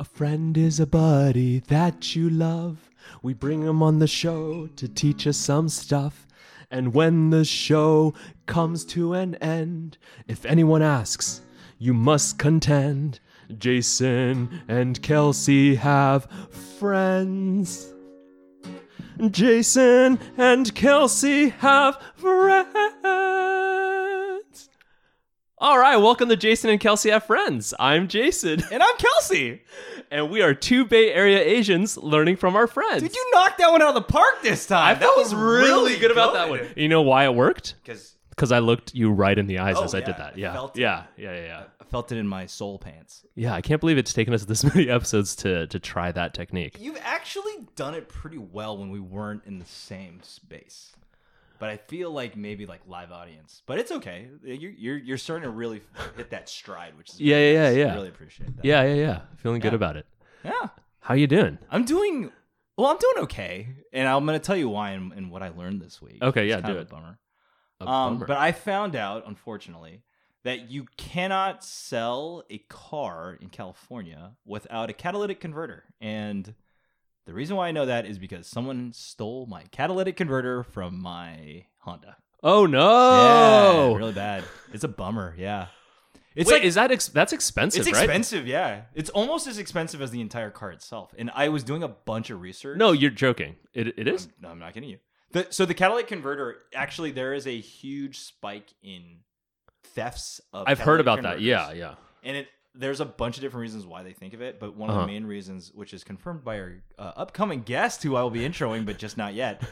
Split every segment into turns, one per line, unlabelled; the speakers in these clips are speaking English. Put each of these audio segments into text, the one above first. A friend is a buddy that you love. We bring him on the show to teach us some stuff. And when the show comes to an end, if anyone asks, you must contend. Jason and Kelsey have friends. Jason and Kelsey have friends. All right, welcome to Jason and Kelsey Have Friends. I'm Jason.
And I'm Kelsey.
and we are two Bay Area Asians learning from our friends.
Did you knock that one out of the park this time?
I felt really good about that one. You know why it worked?
Because
Because I looked you right in the eyes
Oh,
as I
yeah,
did that.
I
Yeah.
felt it.
yeah, yeah, yeah, yeah,
I felt it in my soul pants.
yeah. I can't believe it's taken us this many episodes to to try that technique.
You've actually done it pretty well when we weren't in the same space. But I feel like maybe like live audience. But it's okay. You're you're, you're starting to really hit that stride, which is
Yeah,
really
yeah,
nice.
yeah.
Really appreciate that.
Yeah, yeah, yeah. Feeling good about it.
Yeah.
How you doing?
I'm doing well. I'm doing okay, and I'm going to tell you why and, and what I learned this week.
Okay, yeah,
it's kind
do
of
it.
A bummer.
A
Um,
bummer.
but I found out, unfortunately, that you cannot sell a car in California without a catalytic converter. And the reason why I know that is because someone stole my catalytic converter from my Honda.
oh no!
Yeah, really bad. It's a bummer. Yeah, it's
Oh! Wait,
like
is that ex- that's expensive?
it's
right?
expensive. Yeah, it's almost as expensive as the entire car itself. And I was doing a bunch of research.
No, you're joking. It it is.
I'm- No, I'm not kidding you. The, so the catalytic converter actually there is a huge spike in thefts of
I've heard
catalytic
about that.
Um, converters.
Yeah, yeah.
And it there's a bunch of different reasons why they think of it, but one of
Uh-huh.
the main reasons which is confirmed by our uh, upcoming guest who I will be introing but just not yet.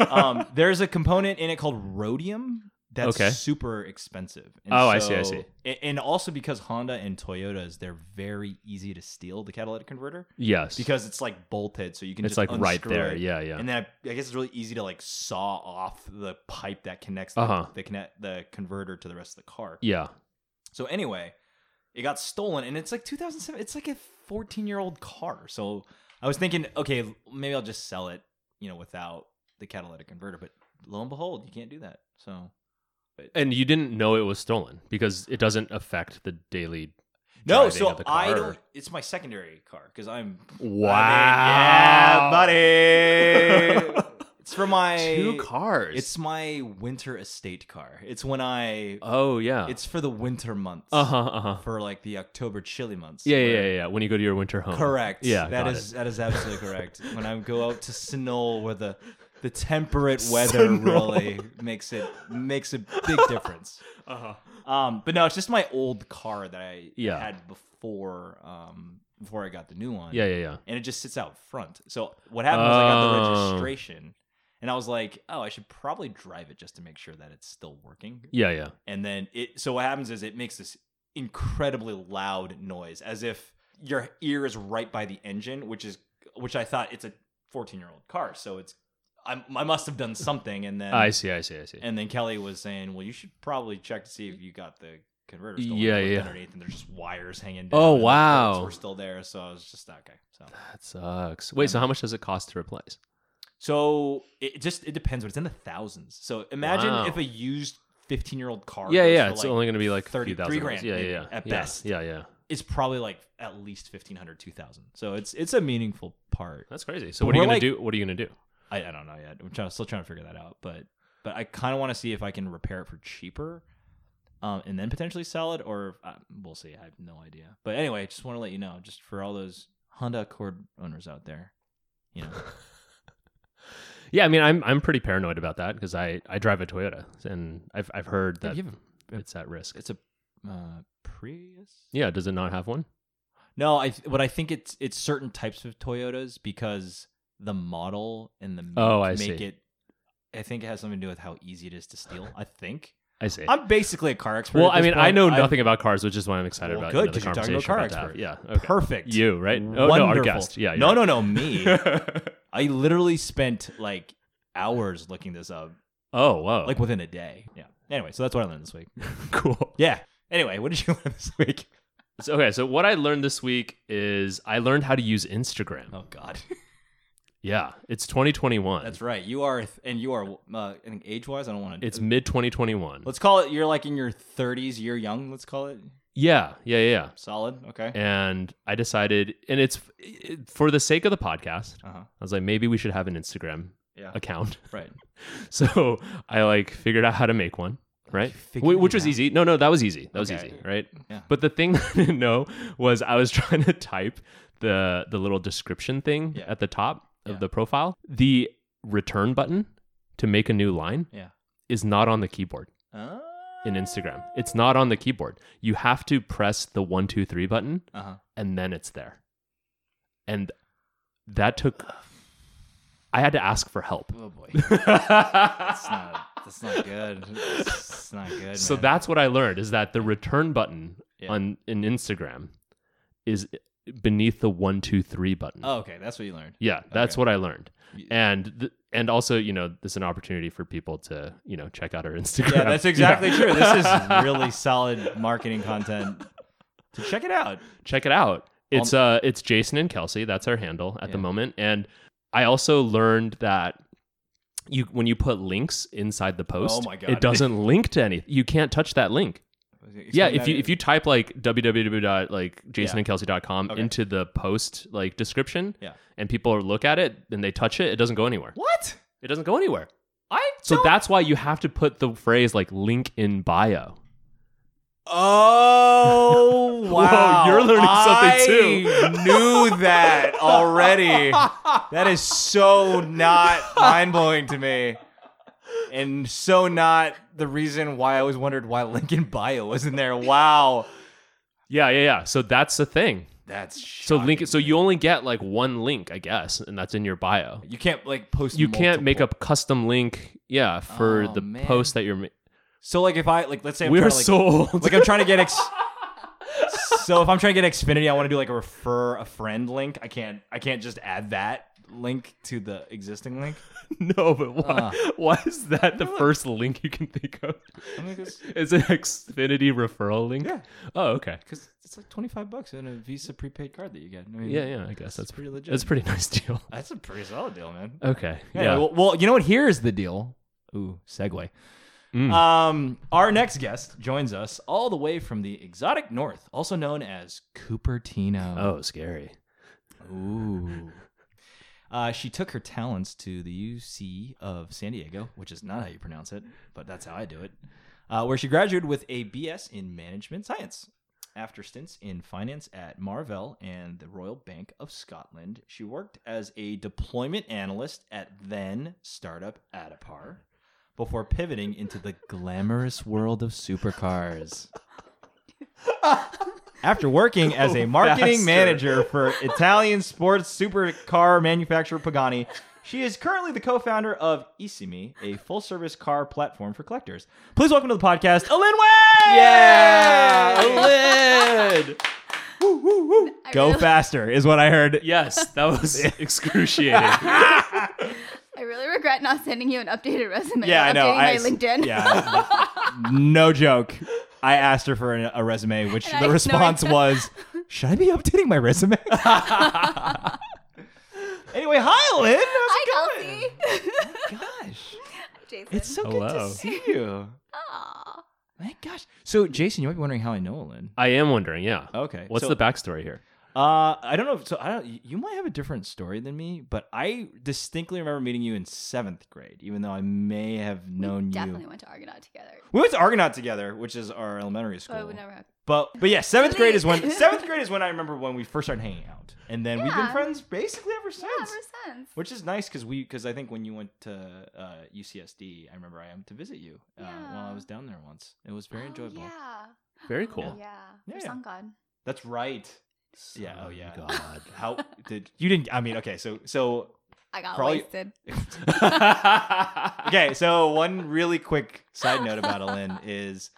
um, there's a component in it called rhodium that's
Okay.
super expensive. And
Oh, I see, I see.
a- And also because Honda and Toyotas, they're very easy to steal the catalytic converter
yes.
because it's like bolted, so you can
it's
just
like right
unscrew
there.
it.
Yeah, yeah.
And then I, I guess it's really easy to like saw off the pipe that connects the,
Uh-huh.
the connect the converter to the rest of the car.
yeah.
So anyway, it got stolen, and it's like 2007. It's like a 14 year old car. So I was thinking, okay, maybe I'll just sell it, you know, without the catalytic converter. But lo and behold, you can't do that. So
And you didn't know it was stolen because it doesn't affect the daily.
no,
driving
so
of the
I
car.
don't. It's my secondary car because I'm.
Wow.
I mean, yeah, buddy. it's for my
Two cars.
It's my winter estate car. It's when I.
oh yeah.
It's for the winter months.
uh huh uh huh.
For like the October chilly months.
Yeah, yeah,
where-
yeah, yeah. When you go to your winter home.
Correct.
Yeah,
That
got
is
it.
that is absolutely correct. when I go out to snow, where the the temperate weather
Snow.
really makes it makes a big difference.
Uh-huh.
Um, but no, it's just my old car that I
Yeah.
had before um before I got the new one.
Yeah, yeah, yeah.
and it just sits out front. So what happened was I got
Oh.
the registration, and I was like, oh, I should probably drive it just to make sure that it's still working.
Yeah, yeah.
And then it so what happens is it makes this incredibly loud noise as if your ear is right by the engine, which is which I thought it's a 14-year-old car, so it's I, I must have done something and then
I see, I see, I see.
and then Kelly was saying, "Well, you should probably check to see if you got the converter still
Yeah,
looked
yeah.
underneath and there's just wires hanging down.
Oh,
and the
wow.
bolts We're still there, so I was just okay. So
that sucks. Wait, so how much does it cost to replace?
So it just it depends, but it's in the thousands. So imagine
Wow.
if a used fifteen year old car.
Yeah,
goes
yeah.
for,
It's
like,
only going to be like a few
30
thousand
three
dollars.
grand,
Yeah,
maybe,
yeah, yeah.
at
Yeah,
best.
Yeah, yeah.
It's probably like at least 1500 2000 So it's it's a meaningful part.
That's crazy. So
But
what are you
we're
going
like-
to do? What are you going to do?
I, I don't know yet. I'm trying, still trying to figure that out, but but I kind of want to see if I can repair it for cheaper, um, and then potentially sell it, or uh, we'll see. I have no idea. But anyway, I just want to let you know, just for all those Honda Accord owners out there, you know.
Yeah, I mean, I'm I'm pretty paranoid about that because I I drive a Toyota and I've I've heard
Yeah,
that
you have a-
it's at risk.
It's a uh, Prius.
Yeah, does it not have one?
No, I th- what I think it's it's certain types of Toyotas because the model and the make,
Oh, I
make
see.
it. I think it has something to do with how easy it is to steal. I think
I see.
I'm basically a car expert.
well,
at
I
this
mean,
point.
I know
I'm
nothing about cars, which is why I'm excited
Well,
about
good,
you know, the
'cause you're talking to a
conversation we're
car
about to have. Yeah, okay.
Perfect.
You right? Oh, no, our
Wonderful.
guest. Yeah,
No,
yeah.
no, no, me. I literally spent like hours looking this up,
Oh, wow.
like within a day. Yeah. Anyway, so that's what I learned this week.
cool.
Yeah. Anyway, what did you learn this week?
So, okay, so what I learned this week is I learned how to use Instagram.
Oh God,
Yeah, it's 2021.
that's right. You are, and you are. Uh, I think age wise, I don't want to.
It's mid 2021.
Let's call it. You're like in your 30s. You're young. Let's call it.
Yeah, yeah, yeah.
Solid. Okay.
And I decided, and it's it- for the sake of the podcast,
Uh huh.
I was like, maybe we should have an Instagram
Yeah.
account.
Right.
So I like figured out how to make one, right?
figured
Wh- Which
it
was
out.
easy. No, no, that was easy. That was
Okay.
easy, right?
Yeah.
But the thing I didn't know was I was trying to type the the little description thing
Yeah.
at the top of
Yeah.
the profile. The return button to make a new line
Yeah.
is not on the keyboard
Uh,
in Instagram. It's not on the keyboard. You have to press the one, two, three button
Uh huh.
and then it's there. And that took I had to ask for help.
Oh boy. That's not. That's not good. It's not good.
so
man.
that's what I learned is that the return button
Yeah.
on in Instagram is eh, beneath the one two three button.
Oh, okay. That's what you learned.
yeah, that's
okay.
what I learned.
You-
And th- and also, you know, this is an opportunity for people to you know check out our Instagram.
Yeah, that's exactly
Yeah.
true. This is really solid marketing content. To check it out.
check it out. It's uh it's Jason and Kelsey. That's our handle at the
Yeah.
moment. And I also learned that you when you put links inside the post,
Oh my God.
it doesn't link to anything. You can't touch that link. yeah, if you if you type like www like jasonandkelsey.com
Okay.
into the post like description,
Yeah.
and people look at it and they touch it, it doesn't go anywhere.
what
It doesn't go anywhere.
I
So
don't-
that's why you have to put the phrase like link in bio.
Oh wow!
you're learning something, too.
I knew that already. that is so not mind blowing to me, and so not the reason why I always wondered why Lincoln Bio wasn't there. Wow,
Yeah, yeah, yeah. So that's the thing.
that's
So
shocking.
link so you only get like one link, I guess, and that's in your bio.
You can't like post.
You can't make a
multiple-
custom link, yeah, for
Oh,
the
man.
post that you're. Ma-
So like if I like let's say I'm
We're
trying to, like,
so old.
like I'm trying to get ex. so if I'm trying to get Xfinity, I want to do like a refer a friend link. I can't. I can't just add that link to the existing link.
no, but why?
Uh.
why is that the first link you can think of?
I mean, 'cause-
Is an Xfinity referral link?
Yeah.
Oh, okay.
Because it's like 25 bucks in a Visa prepaid card that you get. I mean,
Yeah, yeah. I guess that's
pretty legit.
That's a pretty nice deal.
That's a pretty solid deal, man.
Okay.
Yeah.
Yeah.
Well, well, you know what? Here's the deal. Ooh, segue.
Mm.
Um, our next guest joins us all the way from the exotic north, also known as Cupertino.
oh, scary.
Ooh. Uh, she took her talents to the UC of San Diego, which is not how you pronounce it, but that's how I do it, uh, where she graduated with a BS in management science. After stints in finance at Marvell and the Royal Bank of Scotland, she worked as a deployment analyst at then startup Adipar before pivoting into the glamorous world of supercars. After working as a marketing
faster.
manager for Italian sports supercar manufacturer Pagani, she is currently the co-founder of Isimi, a full-service car platform for collectors. Please welcome to the podcast, Alin Way!
lid.
I
Go
really,
faster is what I heard.
Yes, that was excruciating.
I really regret not sending you an updated resume.
Yeah,
or
I know.
updating
I
my LinkedIn.
Yeah. no joke. I asked her for a, a resume, which
And I
the
ignored
response
her.
was, "Should I be updating my resume?" anyway, hi, Lynn. How's
Hi,
it
Kelsey.
going? Gosh,
Jason.
it's so good
Hello.
to see you.
Aw.
My gosh. So, Jason, you might be wondering how I know Lynn.
I am wondering, yeah.
Uh, Oh, Okay.
What's
so,
the backstory here?
Uh, I don't know. If, so I don't. You might have a different story than me, but I distinctly remember meeting you in seventh grade, even though I may have known you.
Definitely went to Argonaut together.
We went to Argonaut together, which is our elementary school.
But I would never have.
But but yeah, seventh grade is when
Please.
seventh grade is when I remember when we first started hanging out, and then we've been
Yeah.
friends basically ever since.
Yeah, ever since.
which is nice because we because I think when you went to uh, UCSD, I remember I am to visit you uh, while I
Yeah.
was down there once. It was very
Oh,
enjoyable.
Yeah.
Very
Oh,
cool.
Yeah.
Yeah,
For
yeah.
Sun God.
That's right. Yeah, oh, yeah.
God.
How did you didn't? I mean, okay, so so
I got
Probably-
wasted.
okay, so one really quick side note about Ellen is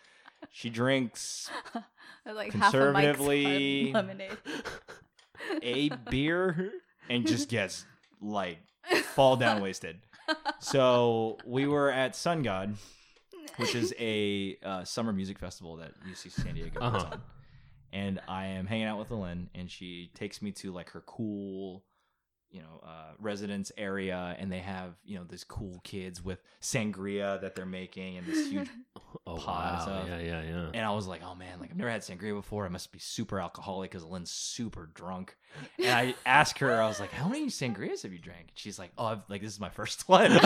she drinks
I was like
Conservatively-
half a mic's lemonade.
a beer and just gets like fall down wasted. So we were at Sun God, which is a uh, summer music festival that UC San Diego puts
Uh-huh.
on. And I am hanging out with Lynn, and she takes me to like her cool, you know, uh, residence area, and they have you know these cool kids with sangria that they're making and this huge
Oh,
pot and
wow.
stuff.
Yeah, yeah, yeah.
And I was like, oh man, like I've never had sangria before. I must be super alcoholic because Lynn's super drunk. And I asked her, I was like, how many sangrias have you drank? She's like, oh, I've, like this is my first one. She's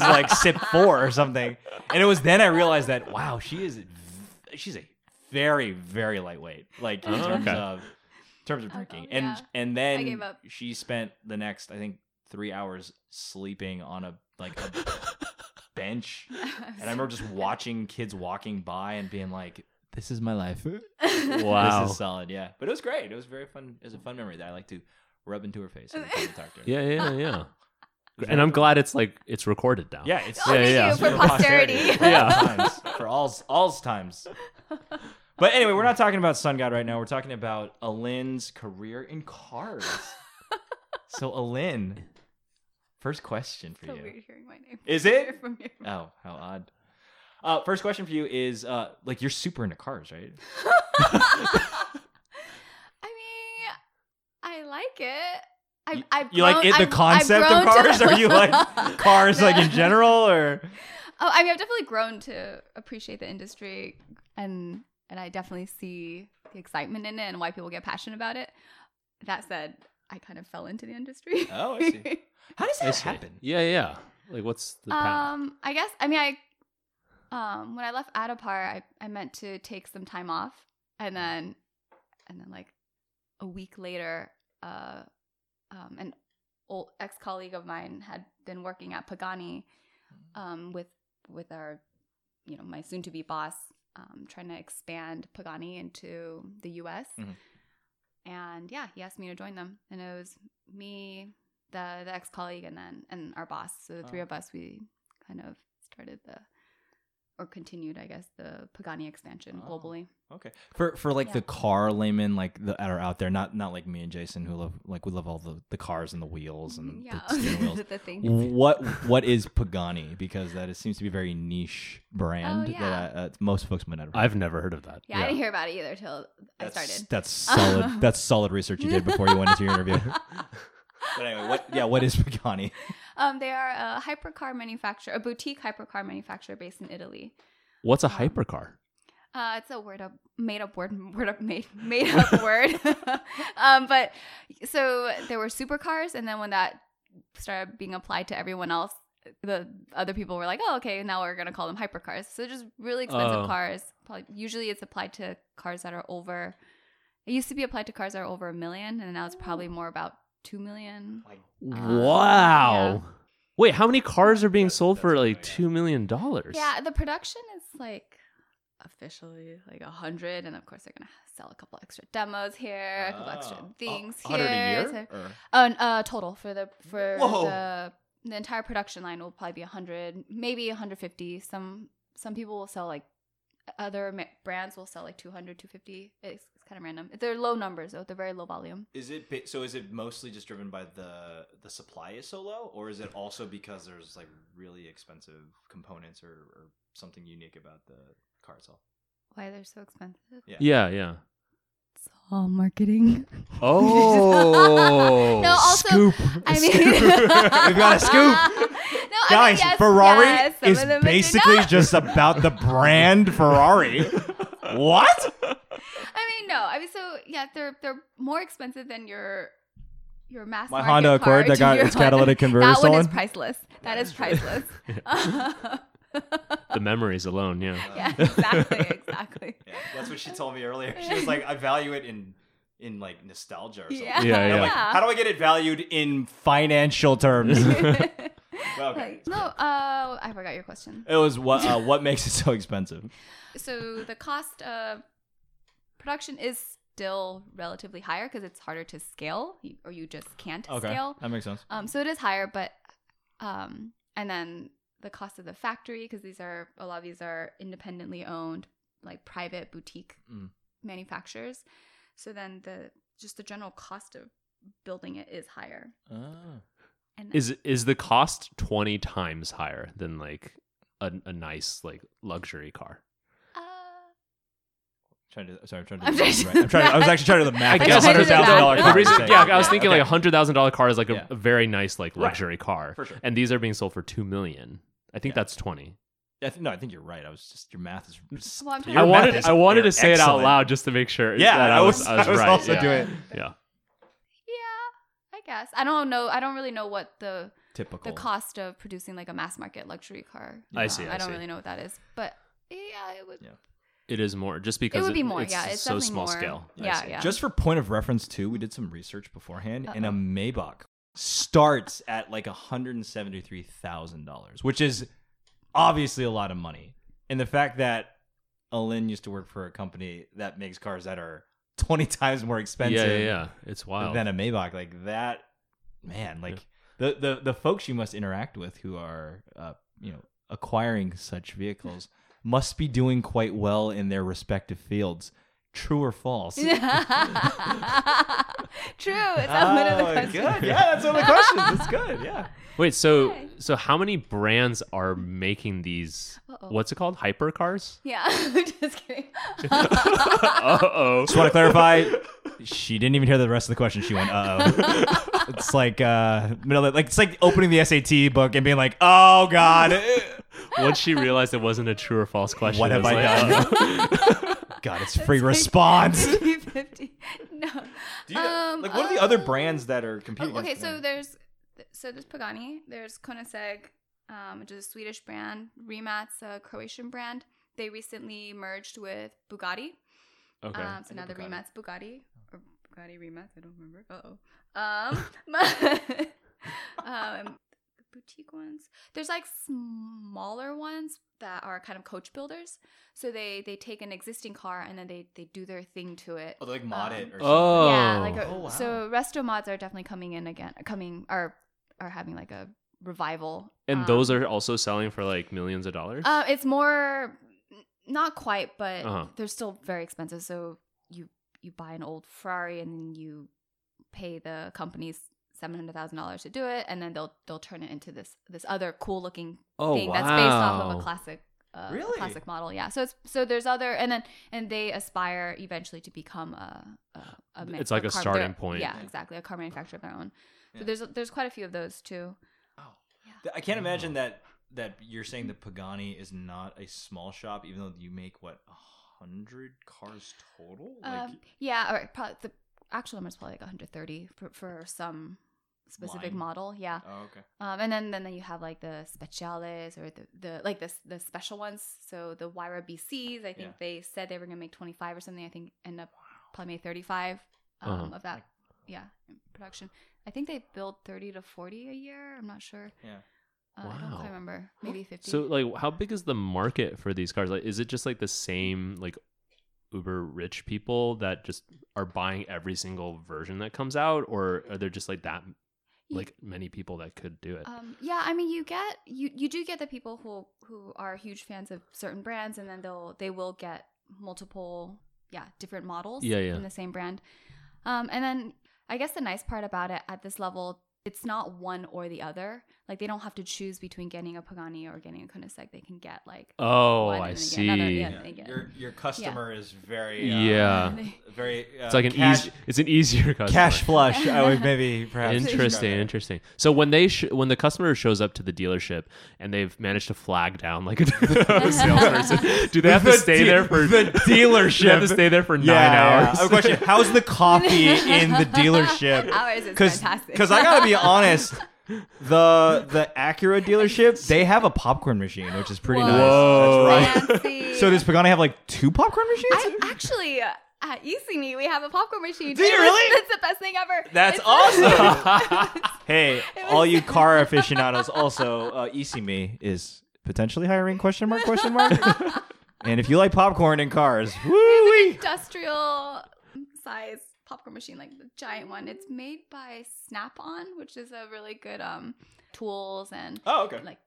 like sip four or something. And it was then I realized that wow, she is she's a very very lightweight, like in
Oh,
terms
okay.
of in terms of
Alcohol,
drinking. And
Oh, yeah.
and then
I gave up.
she spent the next I think three hours sleeping on a like a bench and I remember just watching kids walking by and being like, "This is my life.
Wow.
This is solid." Yeah, but it was great. It was very fun. It was a fun memory that I like to rub into her face. Every time I talk to her.
Yeah, yeah, yeah. and I'm glad it's like it's recorded now.
yeah, it's
Oh,
Yeah, thank yeah. you,
it's
for
for
posterity.
For all
Yeah.
times, for all all times. But anyway, we're not talking about Sun God right now. We're talking about Alin's career in cars. so Alin, first question for
so
you.
weird hearing my name.
Is it?
From your mouth.
Oh, how odd. Uh, first question for you is uh, like you're super into cars, right?
I mean, I like it. I've,
You-
I've
you like
grown-
it the
I've- I've
concept of
grown to-
cars or you like cars like in general or
Oh, I mean, I've definitely grown to appreciate the industry, and and I definitely see the excitement in it and why people get passionate about it. That said, I kind of fell into the industry.
Oh, I see. how does
I
that
see.
happen
Yeah, yeah. Like, what's the path?
um, I guess. I mean, I um when I left Adapar, I I meant to take some time off, and
Mm.
then and then like a week later, uh, um, an old ex colleague of mine had been working at Pagani, um, with with our you know my soon to be boss, um, trying to expand Pagani into the U.S.
Mhm.
And yeah, he asked me to join them, and it was me, the the ex colleague, and then and our boss. So the three
Oh.
of us, we kind of started the or continued, I guess, the Pagani expansion
Oh.
globally.
okay for for like
Yeah.
the car layman like the, that are out there not not like me and jason who love like we love all the the cars and the wheels and
yeah,
the steering wheels
the thing.
what what is pagani because that is, seems to be a very niche brand
Oh, yeah.
that uh, uh, most folks might not have heard.
I've never heard of that.
Yeah, I didn't hear about it either till I
that's,
started.
that's solid that's solid research you did before you went into your interview but anyway what yeah what is pagani
Um, they are a hypercar manufacturer, a boutique hypercar manufacturer based in Italy.
What's a hypercar?
Uh, it's a word up, made up word, word up, made made up word. um, but so there were supercars, and then when that started being applied to everyone else, the other people were like, "Oh, okay, now we're gonna call them hypercars." So just really expensive
Oh.
cars. Probably usually it's applied to cars that are over. It used to be applied to cars that are over a million, and now it's probably more about two million.
like
wow. Wait, how many cars are being
That's-
sold for
that's
like
really-
two million dollars?
Yeah, the production is like officially like a hundred, and of course they're gonna sell a couple extra demos here, a couple extra
Oh.
things
A-
here.
100 a year?
so-
er.
Or-
uh, uh, total for the for
Whoa.
the the entire production line will probably be hundred, maybe hundred fifty. Some some people will sell like other ma- brands will sell like 200 250 it's, it's kind of random they're low numbers though they're very low volume
Is it ba- so? Is it mostly just driven by the the supply is so low, or is it also because there's like really expensive components or, or something unique about the car itself?
why they're so expensive
Yeah, yeah.
it's all marketing
Oh.
No, also-
scoop!
I mean,
We've got a scoop,
No, I mean,
guys.
yes,
Ferrari
yes, some of
is
them are-
basically
No,
just about the brand Ferrari. what?
I mean, no. I mean, so yeah, they're they're more expensive than your your mass.
My
market
Honda
car
Accord that
to
got
your
its catalytic
Honda-
converter
That one is
stolen?
priceless. That is priceless.
the memories alone, yeah.
yeah, exactly, exactly.
Yeah, that's what she told me earlier. She was like, I value it in in like nostalgia or something.
Yeah,
Yeah,
And I'm like,
yeah.
how do I get it valued in financial terms? Well, okay.
Like, no, uh, I forgot your question.
it was what uh, what makes it so expensive?
So the cost of production is still relatively higher because it's harder to scale, you- or you just can't scale.
that makes sense.
Um, so it is higher, but um, and then the cost of the factory because these are a lot of these are independently owned, like private boutique
Mm.
manufacturers. So then the just the general cost of building it is higher.
Ah.
And
Is is the cost twenty times higher than like a, a nice like luxury car?
uh,
Trying to, sorry, I'm trying to.
I'm
do the math,
trying to
right. I'm trying. I was
math.
actually trying to do the math.
I
It's
guess
a
I did
hundred
the
thousand
math.
dollar
the
car.
reason-
Okay,
yeah, I was thinking
okay.
like a hundred thousand dollar car is like a,
Yeah.
a very nice like
Right.
luxury car,
for sure.
and these are being sold for two million. I think
Yeah.
that's twenty.
I th- no, I think you're right. I was just your math is. just-
Well, I'm trying
your
I
to-
math
wanted
is-
I wanted to
you're
say it out
excellent.
loud just to make sure.
Yeah,
that
I was- I was
right.
also
yeah.
doing- it.
Yeah.
Yeah, I guess. I don't know. I don't really know what the
Typical.
the cost of producing like a mass market luxury car.
I
um,
see, I
I, don't
see.
really know what that is, but yeah, it would.
Yeah.
It is more just because
would be more,
It's
yeah, it's
so
definitely
small
more.
scale. I
Yeah,
see.
yeah.
Just for point of reference, too, we did some research beforehand, and a
Uh-oh.
Maybach starts at like $173,000, which is obviously a lot of money. And the fact that Alin used to work for a company that makes cars that are 20 times more expensive
Yeah, yeah, yeah. It's wild.
than a Maybach, like that, man, like the, the, the folks you must interact with who are, uh, you know, acquiring such vehicles must be doing quite well in their respective fields. True or false?
True. Is that one of the
Oh,
questions?
Good. Yeah, that's one of the questions. That's good. Yeah.
Wait, so
Okay.
so how many brands are making these?
Uh-oh.
What's it called? Hypercars?
Yeah, just kidding.
uh oh.
Just want to clarify. She didn't even hear the rest of the question. She went, "Uh oh." it's like uh, middle of, like it's like opening the SAT book and being like, "Oh God, eh,
Once she realized it wasn't a true or false question,
what
it
have
was
I
like,
done?"
uh-oh.
God, it's free
like
response.
50-50. No. Um,
like, what are the other
uh,
brands that are competing?
Oh, okay, so there's so there's Pagani, there's Koenigsegg, um, which is a Swedish brand. Remat's a Croatian brand. They recently merged with Bugatti.
Okay.
Um, so
I
now the
think Bugatti.
Remat's Bugatti or Bugatti Remat's. I don't remember. Uh oh. Um, um, the boutique ones. There's like smaller ones that are kind of coach builders. So they they take an existing car and then they they do their thing to it.
Oh, like mod it
Um,
or something.
oh.
Yeah, like a,
Oh, wow.
so resto mods are definitely coming in again. Coming are are having like a revival.
and
Um,
those are also selling for like millions of dollars?
Uh, it's more n- not quite, but
Uh-huh.
they're still very expensive. So you you buy an old Ferrari and then you pay the companies seven hundred thousand dollars to do it, and then they'll they'll turn it into this this other cool looking
oh,
thing that's based off of
wow.
a classic. Uh, a
Really?
classic model, yeah. So it's so there's other and then and they aspire eventually to become a, a, a ma-
It's like a
car-
starting
their-
point.
Yeah, exactly. A car manufacturer of their own. So
Yeah.
there's there's quite a few of those too.
Oh.
Yeah.
Th- I can't imagine that that you're saying that Pagani is not a small shop, even though you make what a hundred cars total. Like,
Um, yeah, or probably the actual number is probably like 130 for, for some specific
Line.
model. Yeah,
oh, okay.
um, and then, then then you have like the speciales or the, the like this the special ones. So the Wyra BCs, I think
Yeah.
they said they were gonna make 25 or something. I think end up probably made 35 um,
Uh-huh.
of that. Yeah, in production. I think they build 30 to 40 a year. I'm not sure.
Yeah.
Uh, I don't
Wow.
quite remember. Maybe 50.
So like how big is the market for these cars? Like is it just like the same like uber rich people that just are buying every single version that comes out or are there just like that
Yeah.
like many people that could do it?
Um, yeah, I mean, you get you you do get the people who who are huge fans of certain brands, and then they'll they will get multiple yeah different models
Yeah, yeah.
in the same brand. Um, and then I guess the nice part about it at this level, it's not one or the other. Like they don't have to choose between getting a Pagani or getting a Koenigsegg. They can get like
oh,
one
I
and
see.
then again, another, yeah. I get it.
Your your customer is very uh,
Yeah.
very. Uh,
It's like an
cash,
easy it's an easier customer.
cash flush. I would maybe perhaps
Interesting,
describe
interesting. So when they sh- when the customer shows up to the dealership and they've managed to flag down like a salesperson, do they have to
The
stay
de-
there for
the
dealership? They have to stay there for
it.
nine
Yeah, yeah.
hours.
I have a question. How's the coffee in the dealership?
Ours is
Because
fantastic.
I gotta be honest, the the Acura dealership they have a popcorn machine, which is pretty
Whoa.
nice.
Whoa.
That's right.
Fancy.
So does Pagani have like two popcorn machines?
I actually uh, at ECNE we have a popcorn machine.
Do you
It was-
really?
It's the best thing ever.
That's
It's-
awesome. hey,
was-
all you car aficionados, also uh, ECME is potentially hiring? Question mark? Question mark? and if you like popcorn and cars, woo
industrial size popcorn machine, like the giant one. It's made by Snap On, which is a really good um tools and
Oh, okay.
like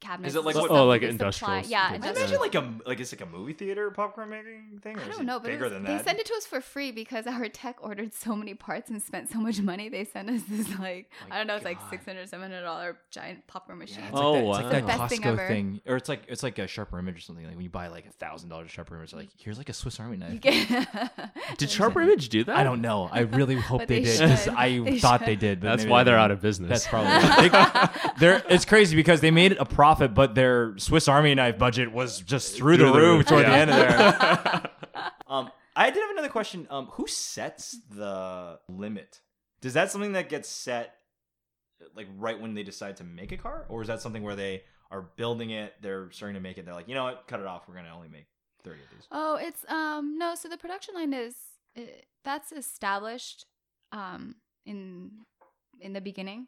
cabinets.
Is it like
and
what-
stuff
Oh, like
they
industrial
supply. Yeah,
stuff.
and
I
Just-
imagine like a like it's like a movie theater popcorn making thing. Or
I
is
don't
it
know, but it
bigger
was-
than
they
that.
sent it to us for free because our tech ordered so many parts and spent so much money. They sent us this like
My
I don't know, it's like
God.
six hundred, seven hundred dollar giant popcorn machine.
Yeah, it's
Oh,
like that, It's like that
wow. Best thing
Costco
ever.
thing, or it's like it's like a sharper image or something. Like when you buy like a thousand dollars sharper image, like here's like a Swiss Army knife.
You get
Did Sharper Image do that?
I don't know. I really hope
But
they,
they
did. 'cause
should.
I
They
thought
should.
they did. But
That's
maybe
why
they
they're
didn't.
out of business.
That's probably they, they're. It's crazy because they made a profit, but their Swiss Army knife budget was just through, the,
Through the
roof,
roof,
toward
yeah.
the end of there. um, I did have another question. Um, who sets the limit? Does that something that gets set like right when they decide to make a car, or is that something where they are building it, they're starting to make it, they're like, you know what, cut it off, we're gonna only make thirty of these.
Oh, it's um no. So the production line is it, that's established um in in the beginning,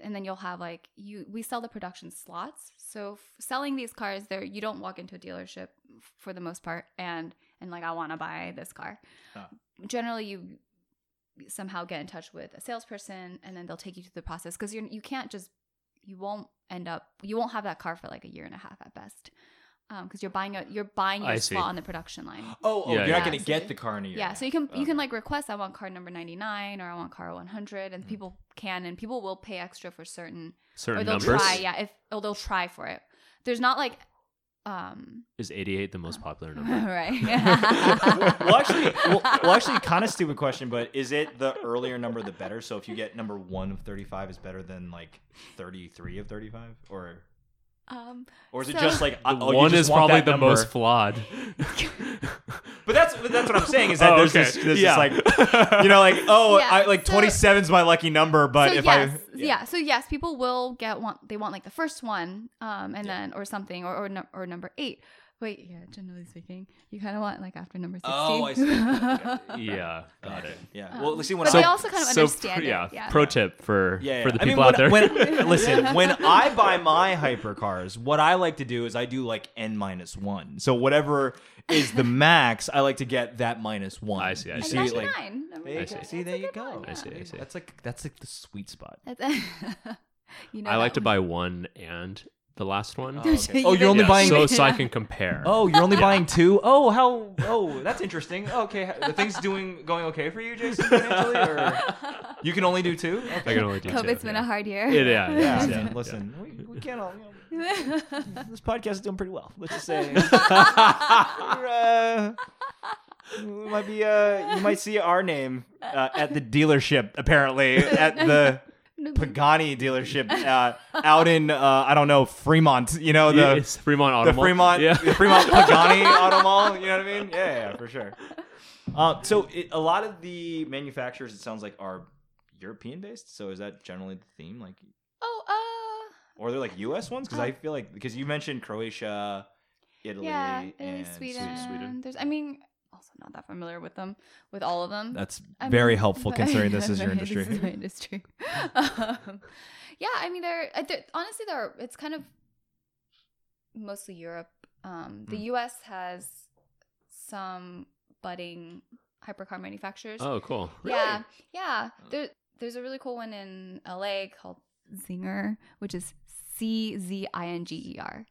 and then you'll have like you we sell the production slots. So f- selling these cars, there you don't walk into a dealership f- for the most part, and and like I want to buy this car.
Ah.
Generally, you somehow get in touch with a salesperson, and then they'll take you through the process because you you can't just you won't end up you won't have that car for like a year and a half at best because you're buying a you're buying your
I see.
spot on the production line.
Oh, oh
Yeah,
you're
yeah.
not gonna
Yeah,
get
so-
the car in a year.
Yeah, so you can you
Okay.
can like request I want car number 99 or I want car 100 and
Mm.
people can and people will pay extra for certain or
Certain
they'll
numbers.
try yeah if or they'll try for it. There's not like um
Is 88 the most popular number?
right.
well, actually, well, well, actually, kind of stupid question, but is it the earlier number the better? So if you get number one of thirty-five, is better than like thirty-three of thirty-five, or
um
or is it
So-
just like
The
uh,
One
oh, you just
is
want
probably
that
the
number?
most flawed.
But that's but that's what I'm saying is that
Oh,
there's
okay.
this, there's
Yeah.
this like you know like oh
Yeah,
I, like
so-
twenty seven's my lucky number, but
so
if
yes,
I
yeah. So yes, people will get want they want like the first one, um, and then or something or or, num- or number eight. Wait, yeah. Generally speaking, you kind of want like after number sixteen.
Oh, I see. Okay.
yeah, got it.
yeah
Um,
well see when
but
I
they also kind of understand it.
yeah,
Yeah.
Pro tip for
yeah, yeah.
for the
I mean,
people out there.
when- when- listen, when I buy my hypercars, what I like to do is I do like n minus one. So whatever is the max, I like to get that minus one.
I see, I
You
see.
And
see,
that's
like
nine. I mean,
There you
that's
go.
a-
See,
that's a
there you
good
go.
one,
I
yeah.
see, I see.
That's like that's like the sweet spot.
That's- you know
I
that
like to
one.
buy one and the last one.
Oh,
So you
Oh, you're only
Yeah.
buying.
so so I can compare.
oh, you're only buying two. Oh, how? Oh, that's interesting. Okay, the thing's doing going okay for you, Jason, financially, or you can only do two.
I
Okay.
can only do two.
COVID's been a
yeah.
hard year.
It- yeah, yeah,
Yeah,
yeah.
listen, We, we can't all. You know,
yeah.
this podcast is doing pretty well. Let's just say. We're, uh, we might be. Uh, you might see our name uh, at the dealership. Apparently, at the. Pagani dealership uh, out in uh, I don't know Fremont. You know
Yeah,
Oh, the
it's Fremont
the
Auto Mall.
Fremont
Yeah.
the Fremont Pagani Auto Mall. You know what I mean? Yeah, yeah, for sure. Uh, so it, a lot of the manufacturers, it sounds like, are European based. So is that generally the theme? Like,
oh, uh,
or they're like U.S. ones?
Um,
Because I feel like because you mentioned Croatia, Italy,
uh, yeah, Italy,
and
Sweden.
Sweden.
There's, I mean, also not that familiar with them, with all of them.
That's
I
very
mean,
helpful
but-
considering this is your
This
industry.
is my industry. Um, yeah, I mean, they're, uh, they're honestly they're it's kind of mostly Europe. Um, the
Mm.
U.S. has some budding hypercar manufacturers.
Oh, cool.
Yeah, yeah.
Oh.
There, there's a really cool one in L.A. called Zinger, which is C Z I N G E R.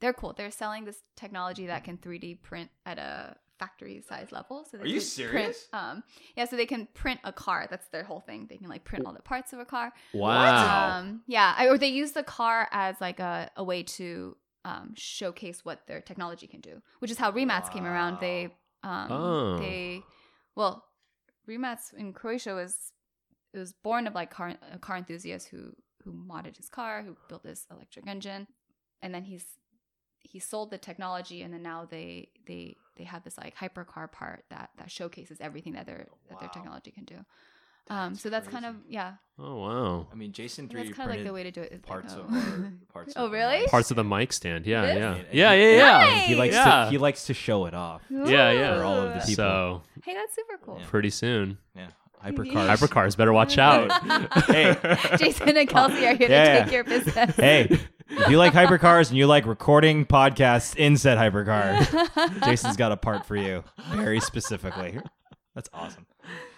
They're cool. They're selling this technology that can 3D print at a factory size level. So they
Are you
can
serious?
Print, um, yeah, so they can print a car. That's their whole thing. They can like print all the parts of a car.
Wow.
Um, yeah, I, or they use the car as like a, a way to um, showcase what their technology can do, which is how remats came around. They um,
Oh.
they well, remats in Croatia was it was born of like car a car enthusiast who who modded his car, who built this electric engine, and then he's he sold the technology, and then now they they they have this like hypercar part that that showcases everything that their that their
Wow.
technology can do. Um,
That's
so that's kind of
crazy.
yeah.
Oh, wow.
I mean, Jason
That's
3D
kind of like
printed
the way to do it. is like,
parts of
oh.
our, parts.
Oh,
of our
really?
lives.
Parts of the mic stand. Yeah,
This?
yeah.
And
Yeah,
he-
yeah, yeah.
Nice.
He likes
Yeah.
to he likes to show it off.
Yeah, yeah. For
all of the people.
So,
Hey, that's super cool.
Yeah.
pretty soon.
Yeah,
Hypercars.
hypercars.
Hypercars better watch out.
hey,
Jason and Kelsey are here
Yeah.
to take your business.
hey, if you like hypercars and you like recording podcasts in said hypercar, Jason's got a part for you, very specifically. That's awesome.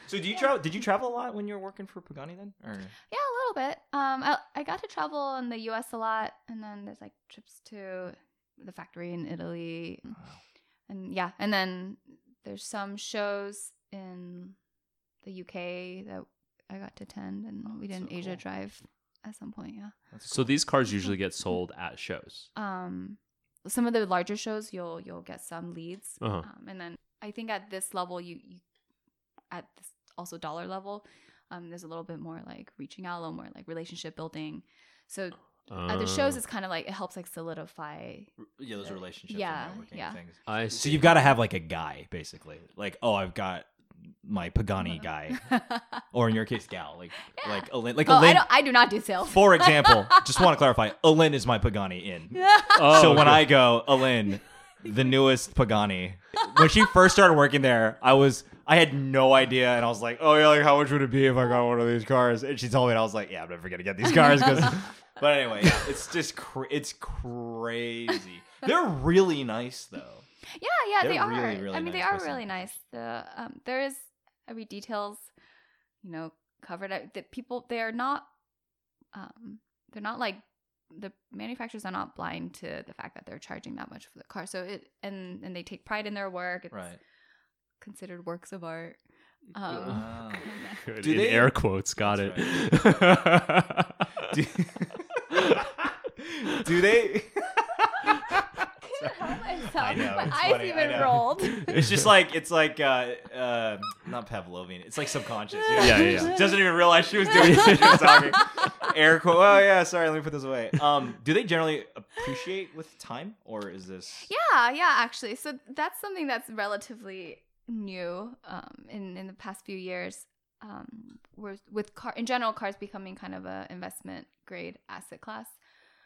So, do you travel? Did you travel a lot when you were working for Pagani then? Or
Yeah, a little bit. Um, I, I got to travel in the U.S. a lot, and then there's like trips to the factory in Italy, and yeah, and then there's some shows in the U.K. that I got to attend, and
Oh,
we did
that's
an
so
Asia
cool.
drive at some point. Yeah.
That's
so these cars usually get sold at shows.
um some of the larger shows you'll you'll get some leads
Uh-huh.
um, and then i think at this level you, you at this also dollar level um there's a little bit more like reaching out a little more like relationship building so At the shows
Oh.
is kind of like it helps like solidify.
yeah, those relationships,
Yeah,
and networking
yeah.
things.
I
So
see.
you've got to have like a guy, basically. Like, oh, I've got my Pagani guy, or in your case, gal. Like,
Yeah.
like Alen. Like
oh, I
Alen.
don't. I do not do sales.
For example, just want to clarify, Alen is my Pagani in.
Oh,
so when
okay.
I go, Alen, the newest Pagani. When she first started working there, I was I had no idea, and I was like, oh yeah, like how much would it be if I got one of these cars? And she told me, and I was like, yeah, I'm never gonna get these cars because. But anyway, yeah, it's just cra- it's crazy. They're really nice though.
Yeah, yeah,
They're
they are.
really, really
I mean, they
nice
are
person.
really nice. The um, there is every details, you know, covered. I- The people they are not, um, they're not like the manufacturers are not blind to the fact that they're charging that much for the car. So it and and they take pride in their work. It's
Right.
considered works of art. Um,
Oh.
Wow.
Good.
Do
in
they-
air quotes, got
That's
it.
Do, do they?
couldn't help myself.
I know,
My
it's
eyes
funny, I
even
know.
rolled.
It's just like it's like uh, uh, not Pavlovian. It's like subconscious. You know?
Yeah, yeah,
She
yeah.
Doesn't even realize she was doing this. when She was talking. Air quote. Oh yeah, sorry. Let me put this away. Um, do they generally appreciate with time, or is this?
Yeah, yeah, actually. So that's something that's relatively new um, in in the past few years. Um, where- with car in general, cars becoming kind of a investment grade asset class.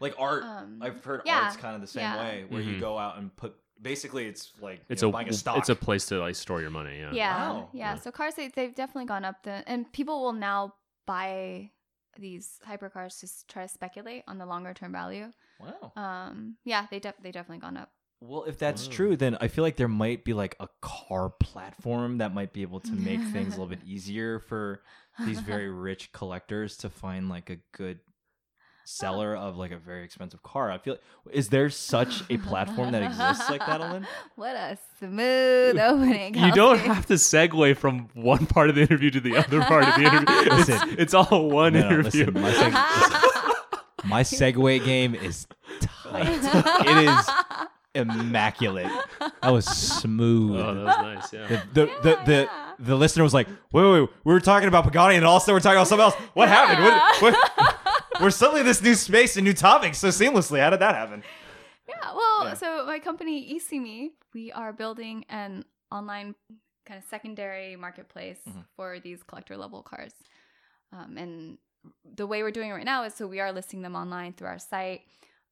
Like art.
Um,
I've heard
yeah,
art's kind of the same
yeah.
way, where you
Mhm.
go out and put. Basically, it's like you
It's
know,
a,
buying a stock.
it's a place to like store your money. Yeah.
yeah,
Wow.
yeah.
Yeah.
So cars they, they've definitely gone up the, and people will now buy these hypercars to s- try to speculate on the longer term value.
wow.
Um, yeah, they def- they definitely gone up.
Well, if that's
Wow.
true, then I feel like there might be like a car platform that might be able to make things a little bit easier for these very rich collectors to find like a good seller of like a very expensive car. I feel is there such a platform that exists like that, Ellen?
What a smooth opening.
You don't
Kelsey.
have to segue from one part of the interview to the other part of the interview. It's,
Listen.
it's all one
No, no,
interview.
listen, my seg- My Segway game is tight. It Immaculate. That was smooth.
oh, that was nice. Yeah.
the the the,
Yeah,
the,
yeah.
the listener was like, wait, wait, wait, we were talking about Pagani, and also we're talking about something else. What happened? What, what, we're suddenly in this new space and new topics so seamlessly. How did that happen?
Yeah, well,
Yeah.
so my company ECMe, we are building an online kind of secondary marketplace
Mhm.
for these collector level cars. Um, and the way we're doing it right now is so we are listing them online through our site.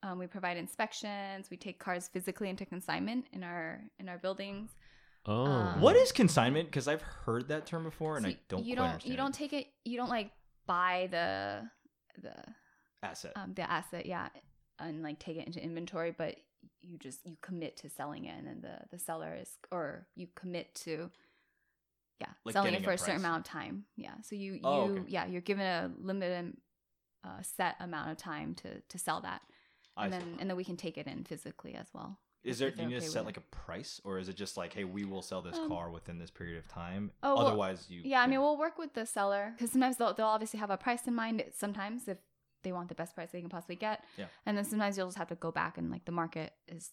Um, we provide inspections. We take cars physically into consignment in our in our buildings.
oh.
um,
What is consignment? Because I've heard that term before, and
So
I don't
you
quite
don't
understand.
you don't take it. You don't like buy the the
it. asset.
um, the asset, yeah, and like take it into inventory, but you just you commit to selling it, and then the the seller is, or you commit to, yeah,
Like
selling
getting
it
a
for a, certain
price.
amount of time. Yeah, so you
Oh,
you
okay.
yeah you're given a limited uh, set amount of time to to sell that,
I
and
see.
then and then we can take it in physically as well.
is there
if
do
they're
you need
okay
to
with
set
it.
like a price, or is it just like, hey, we will sell this
Um,
car within this period of time?
oh, well,
Otherwise, you
Yeah, I mean
can-
we'll work with the seller because sometimes they'll they'll obviously have a price in mind. Sometimes if they want the best price they can possibly get,
Yeah.
And then sometimes you'll just have to go back and like the market is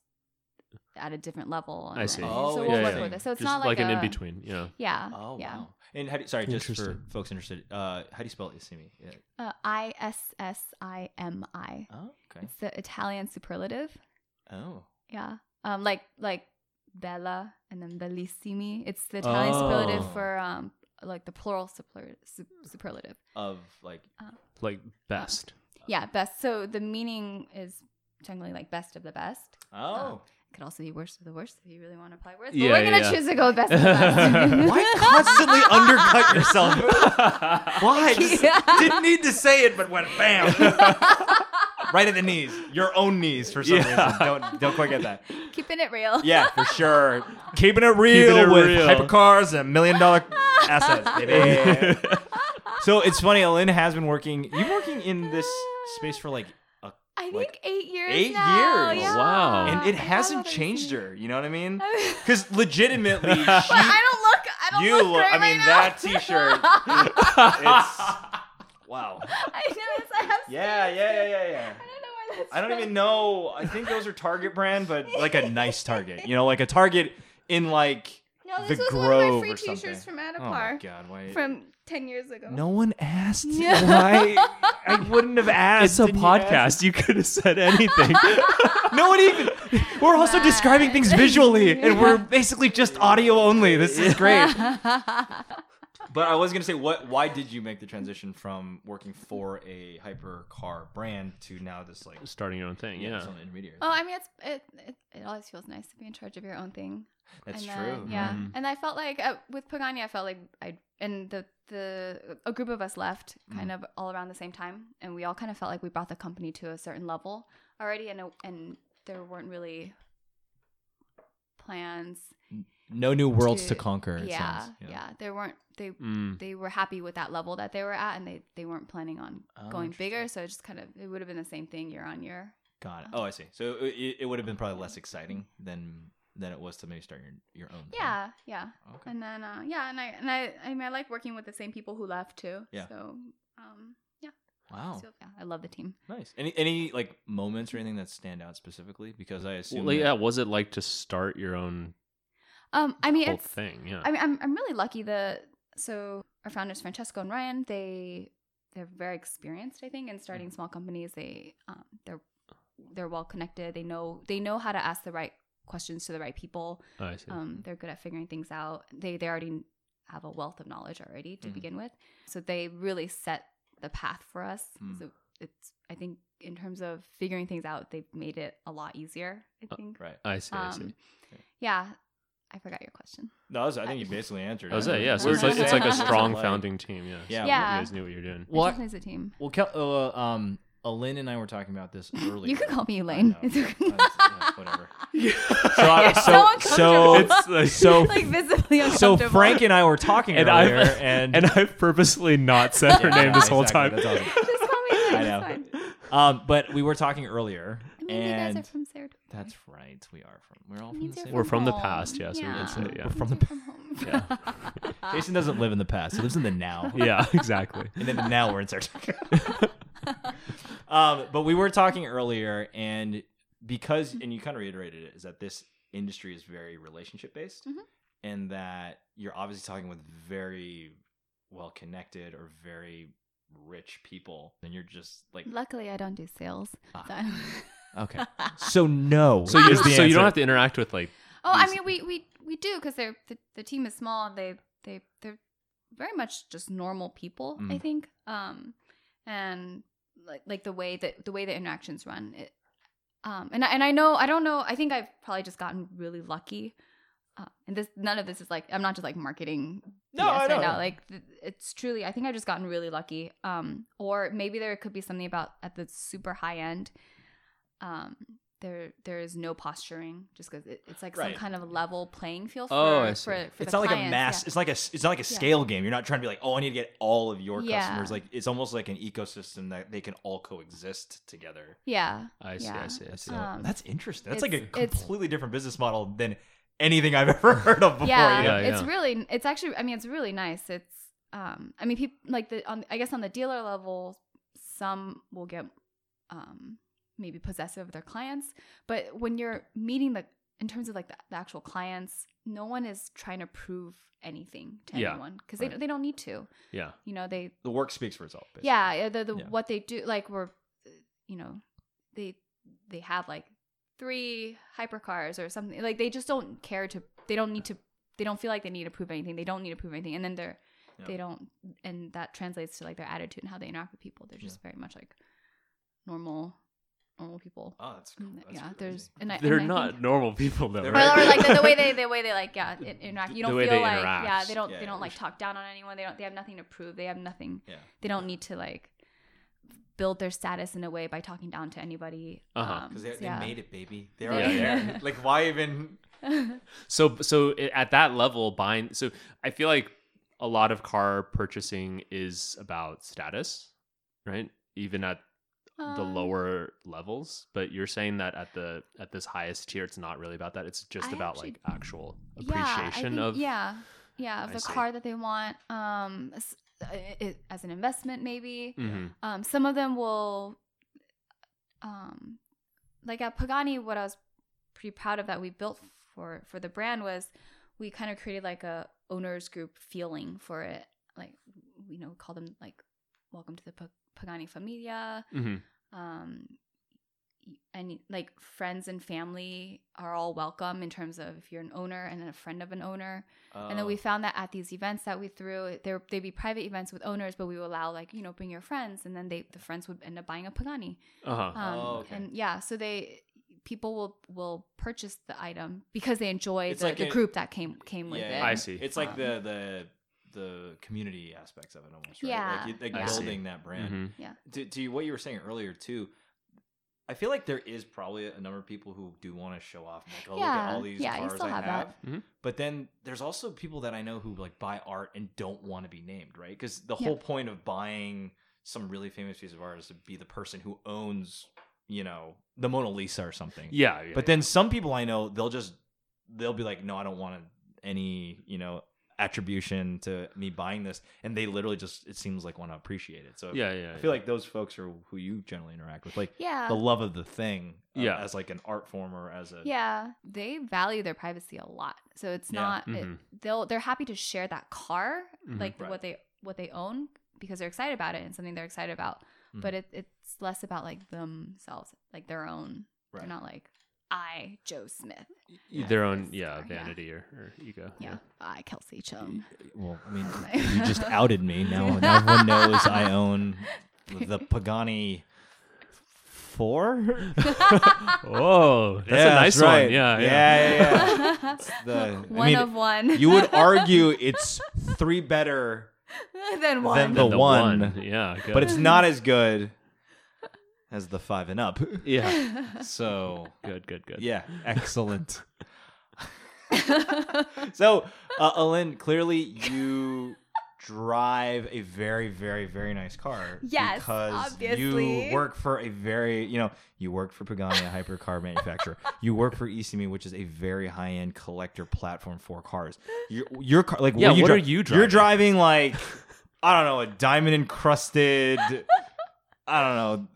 at a different level.
I
and-
see.
and
Oh,
so
yeah,
we'll work
yeah.
with it. So it's
Just
not like,
an
a-
in between. Yeah.
Yeah.
Oh
yeah.
wow! And how do, sorry, just for
Interesting.
folks interested, uh, how do you spell Isimi? Yeah.
Uh, I S S I M I.
Oh, okay.
It's the Italian superlative.
Oh,
Yeah. Um, like like bella and then bellissimi. It's the Italian superlative
Oh.
for um like the plural superlative. superlative.
of like
Like best.
Yeah, best. So the meaning is generally like best of the best.
oh,
It could also be worst of the worst if you really want to apply words. But
Yeah,
we're gonna
yeah.
choose to go with best of the best.
Why constantly undercut yourself? Why? Just
Yeah.
Didn't need to say it, but went bam. right at the knees. Your own knees for some
Yeah.
reason. Don't don't quite get that.
Keeping it real.
Yeah, for sure. Keeping it real
Keeping it
with
real.
hypercars and million dollar assets, baby. so it's funny, Lynn has been working you've been working in this space for like a
I think
like,
eight years.
eight
now.
years.
Yeah.
Wow.
and it
I
hasn't
love
changed
it.
her, you know what I mean?
I-
Because legitimately she
I don't look. I don't
you
look.
look
great
I mean
right
that
now.
t shirt it's wow.
I know. Yes, I have.
Yeah, yeah, yeah, yeah, yeah.
I don't know where that's.
I don't
from.
even know. I think those are Target brand, but like a nice Target. You know, like a Target in like
No,
The
Oh, this was one of my
Grove
free
or
T-shirts
something.
from
Oh my
Adapar
god, why?
from ten years ago.
no one asked.
No.
Why? I wouldn't have asked.
It's a
Didn't you ask?
podcast. You could have said anything.
No one even. We're also describing things visually, and we're basically just audio only. This is great. But I was gonna say, what? Why did you make the transition from working for a hyper car brand to now this like
Starting your own thing. Yeah.
this intermediary?
Oh, I mean, it's it, it. It always feels nice to be in charge of your own thing.
That's
and
true.
then- yeah,
Mhm.
Mm-hmm.
and I felt like uh, with Pagani, I felt like I and the the a group of us left kind
Mm.
of all around the same time, and we all kind of felt like we brought the company to a certain level already, and uh, and there weren't really plans.
No new worlds to,
To-
conquer. it
yeah,
sounds.
yeah, there weren't. They
Mm.
they were happy with that level that they were at, and they they weren't planning on
Oh,
going
interesting.
bigger. So it just kind of it would have been the same thing year on year.
Got it. Oh, I see. So it, it would have been probably less exciting than than it was to maybe start your your own. thing.
Yeah, yeah.
Okay.
And then uh, yeah, and I and I I mean I like working with the same people who left too.
Yeah. Oh.
So um yeah.
Wow.
So, yeah, I love the team.
Nice. Any any like moments or anything that stand out specifically? Because I assume
Well, yeah.
that-
What was it like to start your own
Um I mean
whole
it's
thing? Yeah.
I mean I'm I'm really lucky that so our founders Francesco and Ryan, they they're very experienced, I
Mm-hmm.
think, in starting small companies. They um they're they're well connected. They know they know how to ask the right questions to the right people.
Oh, I see.
Um, they're good at figuring things out. They they already have a wealth of knowledge already to
Mhm.
begin with. So they really set the path for us.
Mm.
So it's I think in terms of figuring things out, they've made it a lot easier. I
Uh,
think.
Right.
I see. I see.
Um, yeah, I forgot your question.
No, I, was, I think you basically answered.
That was it.
mean,
Yeah. So
we're
it's like,
just
it's like a
saying-
strong
Like-
founding team. Yeah.
Yeah.
So
Yeah.
You guys knew what you're doing.
Well, I-
What is a team?
Well, Kel, uh, um, Elaine and I were talking about this earlier.
You can call me
I
Elaine.
know.
It's okay.
Uh, yeah, whatever. So,
I-
I- so, so,
uncomfortable.
it's like,
so,
like visibly
so
uncomfortable.
Frank and I were talking
And I-
earlier, and
and I've purposely not said her
Yeah,
name this
yeah,
whole
exactly.
time.
That's
just call me Elaine.
I
it's
know.
fine.
awesome. um, but we were talking earlier,
I mean, you
and
guys are from Sarah.
that's right. We are from. We're all
It
from
means
the
you're
same.
We're from the
home.
past, yes, we would
Yeah.
say, yeah.
We're from
Means
the
you're home.
Jason doesn't live in the past. He lives in the now.
Yeah. Exactly.
and then the now we're in Saratoga. um, but we were talking earlier, and because and you kind of reiterated it is that this industry is very relationship based,
Mhm.
and that you're obviously talking with very well connected or very rich people, and you're just like
Luckily, I don't do sales.
Ah.
So I don't-
okay, so no.
So you
is the
so you don't
answer.
have to interact with like
oh, I
These-
mean, we we we do because they're the, the team is small. and They they they're very much just normal people. I
Mm.
think. Um, and like like the way that the way the interactions run. It, um, and I, and I know I don't know. I think I've probably just gotten really lucky. Uh, and this none of this is like I'm not just like marketing
No,
BS
I know.
right now. Like th- it's truly I think I've just gotten really lucky. Um, or maybe there could be something about at the super high end. Um, there there is no posturing just because it, it's like
Right.
some kind of level playing field. For,
Oh, I see.
for, for
it's
the
not like a
clients,
mass.
yeah.
It's like a. It's not like a scale game. You're not trying to be like, oh, I need to get all of your
Yeah.
customers. Like it's almost like an ecosystem that they can all coexist together.
Yeah,
I see, I
Yeah.
see, I see.
So
Um,
that's interesting. That's like a
it's- it's-
completely different business model than anything I've ever heard of before.
yeah,
you know?
Yeah,
It's
yeah.
really it's actually I mean it's really nice. It's um I mean people like the on I guess on the dealer level some will get um maybe possessive of their clients, but when you're meeting the in terms of like the, the actual clients, no one is trying to prove anything to
Yeah,
anyone because
right.
they they don't need to.
yeah.
You know they
The work speaks for itself. Basically.
yeah yeah, the, the
Yeah.
what they do like we're you know they they have like three hypercars or something like they just don't care to they don't need to they don't feel like they need to prove anything they don't need to prove anything and then they're
Yeah.
they don't and that translates to like their attitude and how they interact with people they're just very much like normal normal people
Oh, that's cool.
Mm,
That's
yeah
crazy.
there's and I,
They're
and I
not
think-
normal people though.
They're
Well,
right?
or like the, the way they the way they like yeah in- interact you
The
don't
way
feel
they
like yeah
interact.
they don't
Yeah,
they
yeah,
don't like
which-
talk down on anyone they don't they have nothing to prove they have nothing
Yeah.
they don't need to like build their status in a way by talking down to anybody.
Uh-huh.
Because they,
so
they
yeah.
made it, baby. They're
Yeah.
already there. like, why even?
So so i- at that level, buying. So I feel like a lot of car purchasing is about status, right? Even at the
Um,
lower levels, but you're saying that at the at this highest tier, it's not really about that. It's just
I
about
actually-
like actual
yeah, I
appreciation
think-
of.
yeah, yeah, of
I
the
see.
car that they want. Um, as, i- i- as an investment, maybe.
Mhm.
Um, some of them will, um, like at Pagani, what I was pretty proud of that we built for for the brand was we kind of created like a owners group feeling for it. Like you know, call them like welcome to the P- Pagani Familia.
hmm
Um, y- and like friends and family are all welcome in terms of if you're an owner and then a friend of an owner. And
Oh. um,
then we found that at these events that we threw, there they'd be private events with owners, but we would allow like you know bring your friends, and then they the friends would end up buying a Pagani.
Uh huh.
Um,
Oh, okay.
And yeah, so they people will will purchase the item because they enjoy
It's
the,
like
the
a-
group that came came with
Yeah,
it.
I see.
It's like
Um,
the the the community aspects of it almost. Right?
Yeah.
like, you-
I
like
see.
building that brand.
Mhm.
to, to what you were saying earlier too i feel like there is probably a number of people who do want to show off like oh look
Yeah,
at all these
yeah, you
cars
still
i have,
have that.
Mhm.
but then there's also people that i know who like buy art and don't want to be named right because the
Yeah.
whole point of buying some really famous piece of art is to be the person who owns you know the mona lisa or something
Yeah, yeah.
but then some people i know they'll just they'll be like no i don't want any you know attribution to me buying this and they literally just it seems like want to appreciate it so if
yeah, yeah.
I feel like those folks are who you generally interact with, like
yeah,
the love of the thing, uh,
Yeah.
as like an art form or as a
yeah, they value their privacy a lot, so it's
Yeah. Mm-hmm.
not
Mhm.
it, they'll they're happy to share that car,
Mhm.
like
Right.
what they what they own because they're excited about it and something they're excited about.
Mm-hmm.
But it, it's less about like themselves, like their own.
Right.
They're not like I Joe Smith.
yeah. their own,
Yes.
yeah,
Yeah.
vanity Or, or ego.
Yeah, I Kelsey Chung.
Uh, well, I mean, you just outed me. Now, now everyone knows I own the Pagani Four.
Oh, that's a nice one. Yeah, yeah.
yeah, yeah. yeah. the- I
one
mean,
of one.
you would argue it's three better,
then one.
Then the one.
Yeah, I
but
guess.
it's not as good as the five and up.
yeah.
So
Good, good, good.
yeah, excellent. So, uh, Alin, clearly you drive a very, very, very nice car.
Yes,
because
obviously.
you work for a very, you know, you work for Pagani, a hypercar manufacturer. You work for E Isimi, which is a very high-end collector platform for cars. Your, your car, like,
Yeah,
you
what
dri-
are you
You're driving like, I don't know, a diamond-encrusted, I don't know,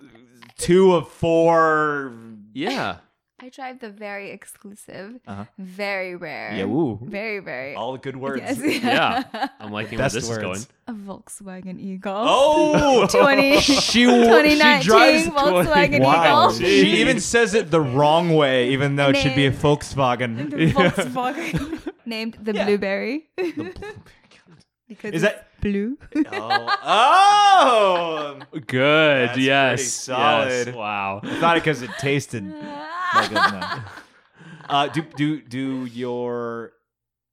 two of four.
Yeah.
I drive the very exclusive,
Uh-huh.
very rare,
Yeah, woo.
very very.
All the good words.
Yes.
Yeah. I'm liking where
Best
this
words.
is
A Volkswagen Eagle.
Oh,
20
she, she
2019
drives
Volkswagen
Wow.
Eagle.
Jeez.
She even says it the wrong way, even though it should be a
Named-
Volkswagen.
The
Yeah.
Volkswagen named the
Yeah.
Blueberry
The blue-
because
Is
it's
that
blue.
oh, oh.
going. Good.
That's
yes.
pretty solid.
Yes. Wow.
I thought it because it tasted like a- no. Uh, do do do your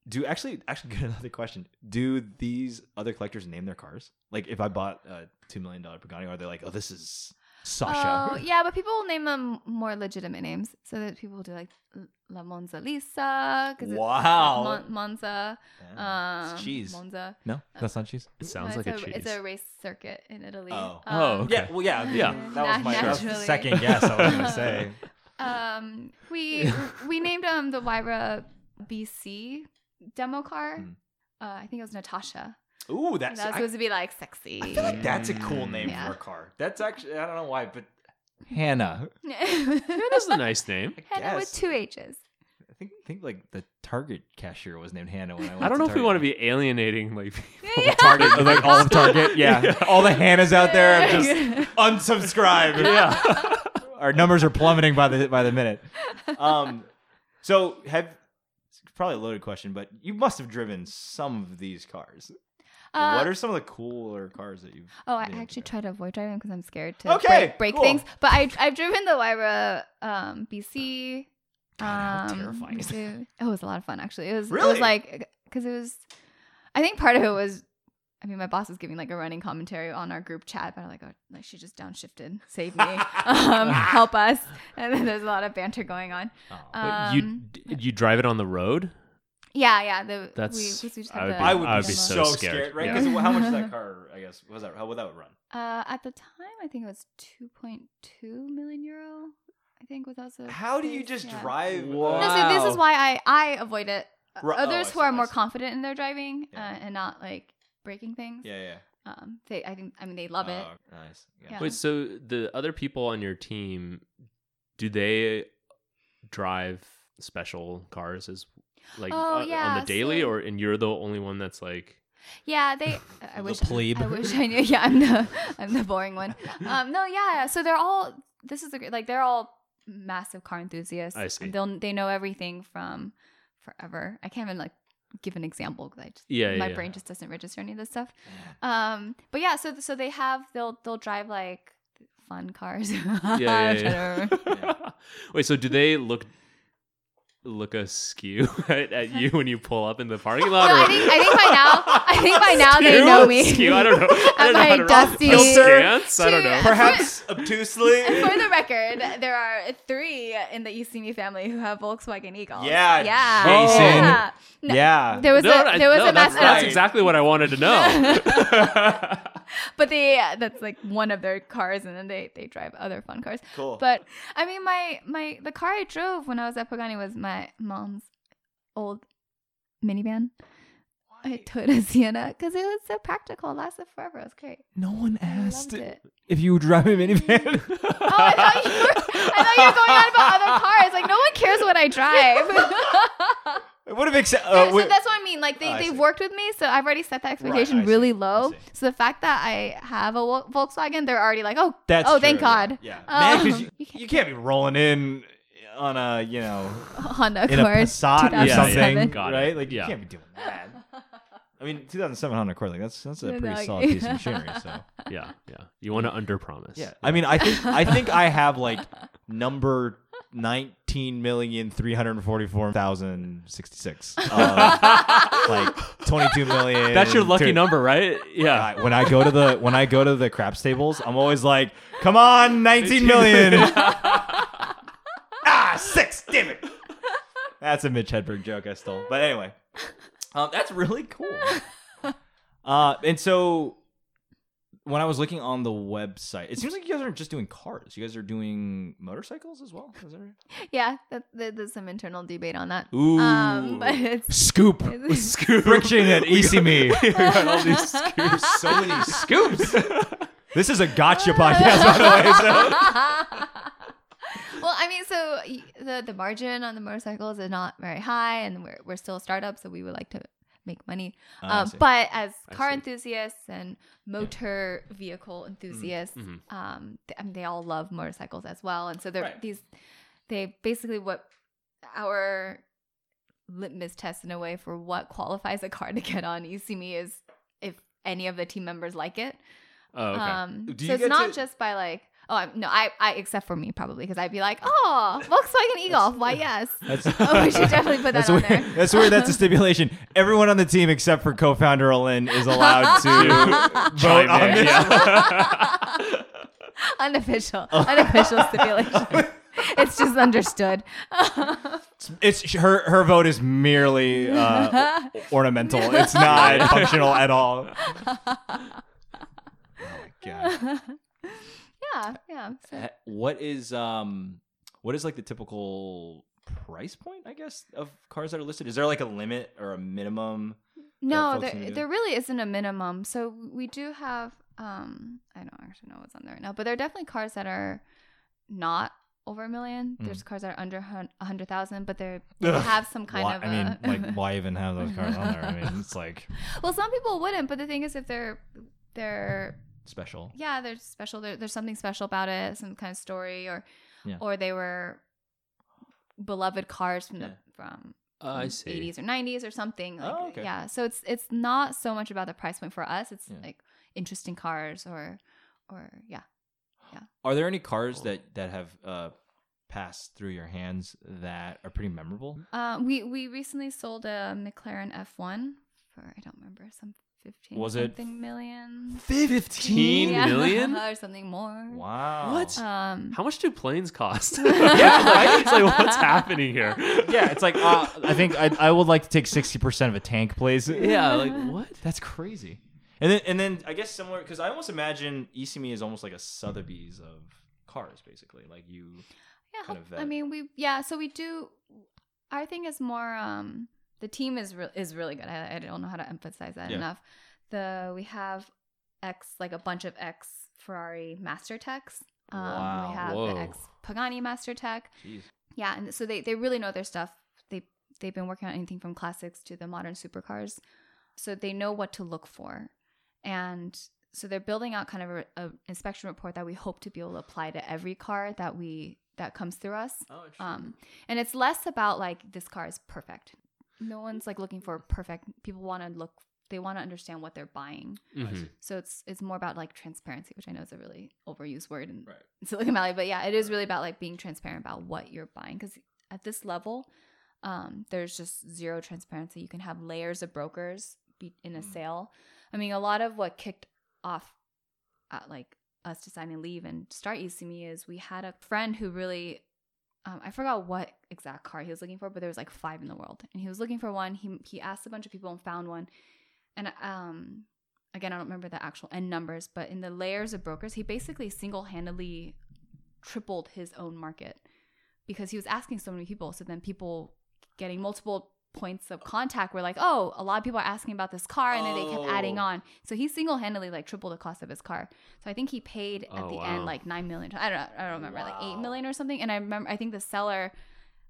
do actually actually good another question. Do these other collectors name their cars? Like if I bought a two million dollar Pagani, are they like, oh, this is Sasha?
Oh yeah, but people will name them more legitimate names, so that people do like L- La Monza Lisa because
Wow.
Mon- Monza,
Yeah.
um,
It's cheese.
Monza.
No, that's not cheese.
It sounds
No,
like
it's
a, cheese.
It's a race circuit in Italy. Um,
Oh.
Oh, okay.
Yeah, well, yeah, I mean,
Yeah.
That was my that was the
Naturally.
second guess. I was gonna say.
Um, we we named um the Wyra BC demo car.
Mm.
Uh, I think it was Natasha.
Ooh,
That
that's.
was supposed to be like sexy.
I, I feel like that's a cool name
Yeah.
for a car. That's actually I don't know why, but Hannah.
That's a nice name.
I
Hannah
guess.
with two H's.
I think I think like the Target cashier was named Hannah when I. Went
I don't know if we want to
Target.
be alienating like
Yeah.
Target, like all of Target. Yeah. all the Hannahs out there. I'm just unsubscribe.
Yeah.
Our numbers are plummeting by the by the minute. Um, so have it's probably a loaded question, but you must have driven some of these cars.
Uh,
what are some of the cooler cars that you've?
Oh, I
been
actually
into?
try to avoid driving because I'm scared to
Okay,
break, break
cool.
things. But I, I've driven the Wyra um, BC.
God, how
um,
terrifying is
to- it was a lot of fun, actually. It was, it
Really?
was like, because it was, I think part of it was, I mean, my boss was giving like a running commentary on our group chat, but I'm like, oh, like she just downshifted, save me, um, help us. And then there's a lot of banter going on.
Oh.
Wait,
Um,
you d- you drive it on the road?
yeah, yeah. The,
That's-
we, 'cause we just
I
had
would
the
be-
I would
I
be
be
so
so
demo.
scared,
scared,
right?
yeah.
Because how much did that car? I guess what was that? How would that run?
Uh, at the time, I think it was 2.2 million euro. I think was also.
How do you
base,
just
yeah.
drive?
Wow.
No, so this is why I I avoid it. Uh,
Ru- oh,
Others
I
who
see,
are
I
more
see.
confident in their driving
Yeah.
uh, and not like breaking things.
Yeah, yeah.
Um, they I think I mean they love it.
Oh, nice.
Yeah.
Wait, so the other people on your team, do they drive special cars as like
Oh,
uh, on
yeah,
the daily,
so-
or and you're the only one that's like
Yeah, they. I
The
wish.
plebe.
I wish I knew. Yeah, I'm the I'm the boring one. Um, no, yeah. So they're all. This is the great. Like they're all massive car enthusiasts.
I see.
And they'll they know everything from forever. I can't even like give an example because I just
yeah, yeah,
my
yeah.
brain just doesn't register any of this stuff. Um, but yeah, so so they have they'll they'll drive like fun cars. yeah,
yeah, yeah. Wait, so do they look look askew at, at you when you pull up in the parking lot?
No, I
or-
think- I think by now- I think by now they
Askew?
know me.
Askew? I don't know. I
At
don't know how
my
to-
dusty-
askance? I don't
To-
know.
Perhaps obtusely.
And for the record, there are three in the Isimi family who have Volkswagen Eagles.
Yeah,
yeah,
Jason.
Yeah. No,
yeah.
There was
No,
a
I-
there was
no,
a
that's,
mass,
that's
right.
exactly what I wanted to know.
but they that's like one of their cars, and then they they drive other fun cars.
cool.
But I mean, my my the car I drove when I was at Pagani was my mom's old minivan. I Toyota Sienna because it was so practical, it lasted forever. It was great.
No one
I
asked
loved it.
if you were driving a minivan.
Oh, I thought you were, I thought you were going on about other cars. Like no one cares what I drive.
it would have makes sense.
so that's what I mean. Like they,
Uh, Oh, I
they've
see.
worked with me, so I've already set that expectation
I see.
really
I
low.
see.
So the fact that I have a Vol- Volkswagen, they're already like, oh, oh, thank God.
Yeah.
Um,
Man, 'cause you, you,
you can't-
can't be rolling in on a, you know,
Honda
in a
Accord,
Passat or
2007.
something,
Got it.
right? Like,
Yeah.
you can't be doing that. I mean, 2007 Honda Accord, like, that's, that's a
No,
pretty
no,
solid
okay.
piece of machinery, so.
yeah, yeah. You want to underpromise.
Yeah. I mean, I think I think I have like number nineteen million three hundred forty four thousand sixty six. like twenty two million.
That's your lucky
two-
number, right? Yeah.
I- when I go to the when I go to the craps tables, I'm always like, "Come on, 19 million. ah, six, damn it. That's a Mitch Hedberg joke I stole. But anyway, um, that's really cool. Uh, and so when I was looking on the website, it seems like you guys aren't just doing cars. You guys are doing motorcycles as well. Is that right?
Yeah, that, that- there's some internal debate on that.
Ooh.
Um, but it's
Scoop.
Scoop.
Friction at E EC me.
We got all these Oh, scoops.
so many scoops. This is a gotcha podcast, by the way.
Uh,
So.
well, I mean, so y- the the margin on the motorcycles is not very high, and we're we're still a startup, so we would like to make money.
Ah, I
um,
see. Mm-hmm.
but as
I
car
see.
enthusiasts and motor vehicle enthusiasts,
mhm.
um, th- I mean, they all love motorcycles as well, and so they're
Right.
these. They basically what our litmus test in a way for what qualifies a car to get on E ECME is if any of the team members like it.
Oh, okay.
Um,
Do you
so it's
get
not
to-
just by like, oh, I'm, no, I, I, except for me probably, because I'd be like, oh, Volkswagen e-Golf, why yes?
That's-
Oh, we should definitely put that
That's
on
weird.
there.
That's weird. That's a stipulation. Everyone on the team except for co-founder Olin is allowed to vote
Chime
on
in,
this.
unofficial, unofficial stipulation. It's just understood.
It's her. Her vote is merely uh, ornamental. It's not functional at all. Oh my god.
yeah, yeah. So
Uh, what is um what is like the typical price point i guess of cars that are listed is there like a limit or a minimum
No,
folks
there,
need to do?
there really isn't a minimum. So we do have, um, I don't actually know what's on there right now, but there are definitely cars that are not over a 1000000
Mm.
There's cars that are under hun- a hundred thousand, but they're, they
Ugh.
have some kind
why,
of.
i mean
a-
like why even have those cars on there i mean it's like
well, some people wouldn't, but the thing is, if they're they're
special
yeah, they're special. There, there's something special about it, some kind of story, or
Yeah.
or they were beloved cars from the
Yeah.
from
Oh, I see.
80s um, or 90s or something. Like,
Oh, okay.
Yeah. So it's it's not so much about the price point for us. It's
Yeah.
like interesting cars or or yeah.
are there any cars that that have uh passed through your hands that are pretty memorable
Uh, we we recently sold a McLaren F1 for I don't remember some 15
Was it
something million
15
Yeah,
million?
or something more.
wow
What?
Um,
How much do planes cost?
Yeah,
right?
It's like, what's happening here?
yeah it's like uh, i think I, I would like to take 60% of a tank please
Yeah, like, what?
That's crazy. And then, and then I guess similar because I almost imagine Isimi is almost like a Sotheby's of cars, basically. Like you,
yeah,
kind of
hope- I
vet.
mean, we yeah. So we do. Our thing is more. Um, the team is re- is really good. I, I don't know how to emphasize that
Yeah.
enough. The we have X like a bunch of X Ferrari master techs. Um,
Wow.
We have
Whoa.
the X Pagani master tech.
jeez,
Yeah, and so they they really know their stuff. They they've been working on anything from classics to the modern supercars. So they know what to look for. And so they're building out kind of a, a inspection report that we hope to be able to apply to every car that we that comes through us.
Oh, interesting.
Um, and it's less about like this car is perfect. No one's like looking for perfect. People want to look. They want to understand what they're buying.
I see.
Mhm.
So it's it's more about like transparency, which I know is a really overused word in
Right.
Silicon Valley, but yeah, it is really about like being transparent about what you're buying because at this level, um, there's just zero transparency. You can have layers of brokers be- in a
Mm.
sale. I mean, a lot of what kicked off at like us deciding to leave and start E ECME is we had a friend who really. Um, I forgot what exact car he was looking for, but there was like five in the world, and he was looking for one. He he asked a bunch of people and found one, and um, again, I don't remember the actual end numbers, but in the layers of brokers, he basically single handedly tripled his own market because he was asking so many people. So then people getting multiple points of contact were like, oh, a lot of people are asking about this car. And then they kept adding
Oh.
on. So he single handedly like tripled the cost of his car. So I think he paid at
Oh,
the
wow.
end like 9 million. I don't know. I don't remember, like
Wow.
8 million or something. And I remember, I think the seller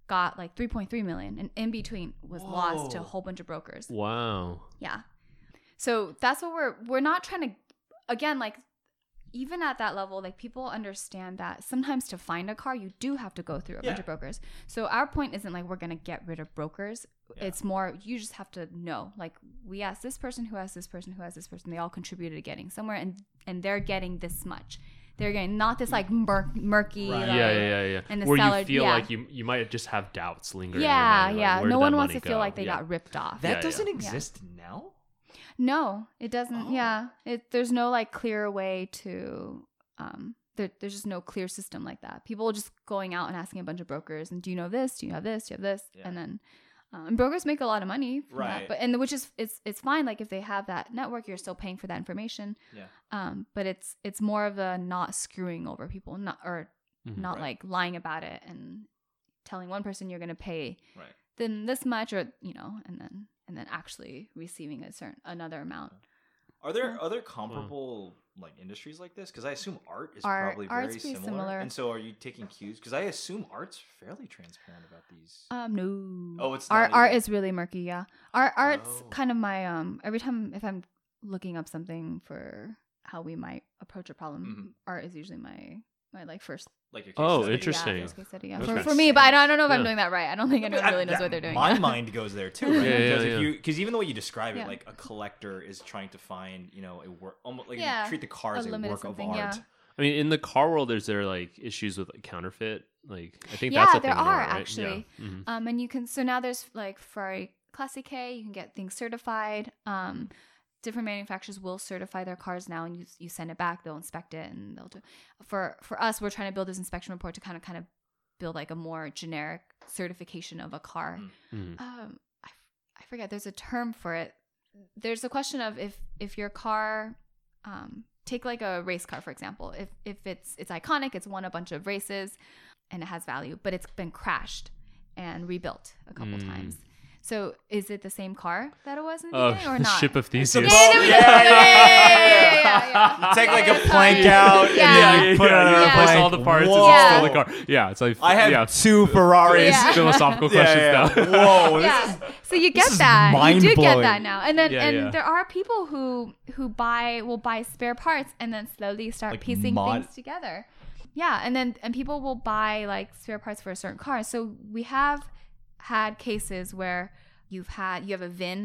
got like 3.3 million and in between was lost to a
Whoa.
whole bunch of brokers.
Wow.
Yeah. So that's what we're we're not trying to again like even at that level like people understand that sometimes to find a car you do have to go through a bunch
Yeah.
of brokers. So our point isn't like we're going to get rid of brokers.
Yeah.
It's more you just have to know like we asked this person who asked this person who asked this person they all contributed to getting somewhere and and they're getting this much. They're getting not this like murk, murky
Right.
like,
Yeah, yeah, yeah, yeah.
and the
Where
seller-
you feel
yeah.
like you you might just have doubts lingering.
yeah,
in your mind, like,
yeah.
where
no
did
one
that
wants to
money
feel
go?
like they
Yeah.
got ripped off.
That
yeah.
doesn't exist now.
No, it doesn't.
Oh.
Yeah, it, there's no like clear way to. Um, there, there's just no clear system like that. People are just going out and asking a bunch of brokers, and do you know this? Do you know this? Do you have this?
Yeah.
And then, um, and brokers make a lot of money, from
Right.
That, but and which is it's it's fine. Like if they have that network, you're still paying for that information.
Yeah.
Um, but it's it's more of a not screwing over people, not or
Mhm.
not
Mm-hmm. Right.
like lying about it and telling one person you're going to pay
Right.
then this much or you know and then and then actually receiving a certain another amount
Are there
Yeah.
other comparable like industries like this? Because I assume art is
Art-
probably
art's
very
pretty
similar.
similar.
And so, are you taking cues? Because I assume art's fairly transparent about these.
Um, no.
Oh, it's
art.
not
Art
even-
is really murky. Yeah, art. Art's
Oh.
kind of my um. Every time if I'm looking up something for how we might approach a problem,
Mhm.
art is usually my my like first.
like your case
Oh,
study.
interesting.
Yeah, first case study, yeah.
Okay.
For, for me, but I don't, I don't know if I'm
Yeah.
doing that right. I don't think anyone
I-
really knows
that-
what they're doing.
My
yeah.
mind goes there too, right?
Yeah, yeah,
because if
yeah.
you because even the way you describe it,
Yeah.
like a collector is trying to find, you know, a work almost like
Yeah,
you treat the car
a
as a
limited
work of
something,
art.
yeah.
I mean, in the car world, is there like issues with like, counterfeit? Like, I think
Yeah,
that's a
there
thing in
are,
art, right?
actually.
Yeah. Mhm.
Um, and you can so now there's like Ferrari Classic K. You can get things certified. Um, different manufacturers will certify their cars now, and you you send it back. They'll inspect it, and they'll do. For for us, we're trying to build this inspection report to kind of kind of build like a more generic certification of a car.
Mhm.
Um, I, f- I forget. There's a term for it. There's a question of if if your car, um, take like a race car for example. If if it's it's iconic, it's won a bunch of races, and it has value, but it's been crashed and rebuilt a couple
Mm.
times. So is it the same car that it was in the
Oh,
beginning or
the
not?
ship of
It's
Theseus.
a
Yeah, there we go. Yeah, yeah, yeah, yeah, yeah, yeah.
You take like
Yeah,
a
yeah,
plank
yeah.
out and
Yeah.
then you put it on
Yeah.
another
Yeah.
Replace
plank.
all the parts
Whoa.
and it's still the car. Yeah, it's like
I have
yeah,
two Ferraris.
Yeah.
philosophical questions
Yeah, yeah.
now.
Whoa, this
yeah.
is
so you
this
get
is
that. You do get
mind-blowing.
that now. And then
Yeah,
and
yeah.
there are people who who buy will buy spare parts and then slowly start
Like
piecing
mod-
things together. Yeah, and then and people will buy like spare parts for a certain car. So we have had cases where you've had you have a VIN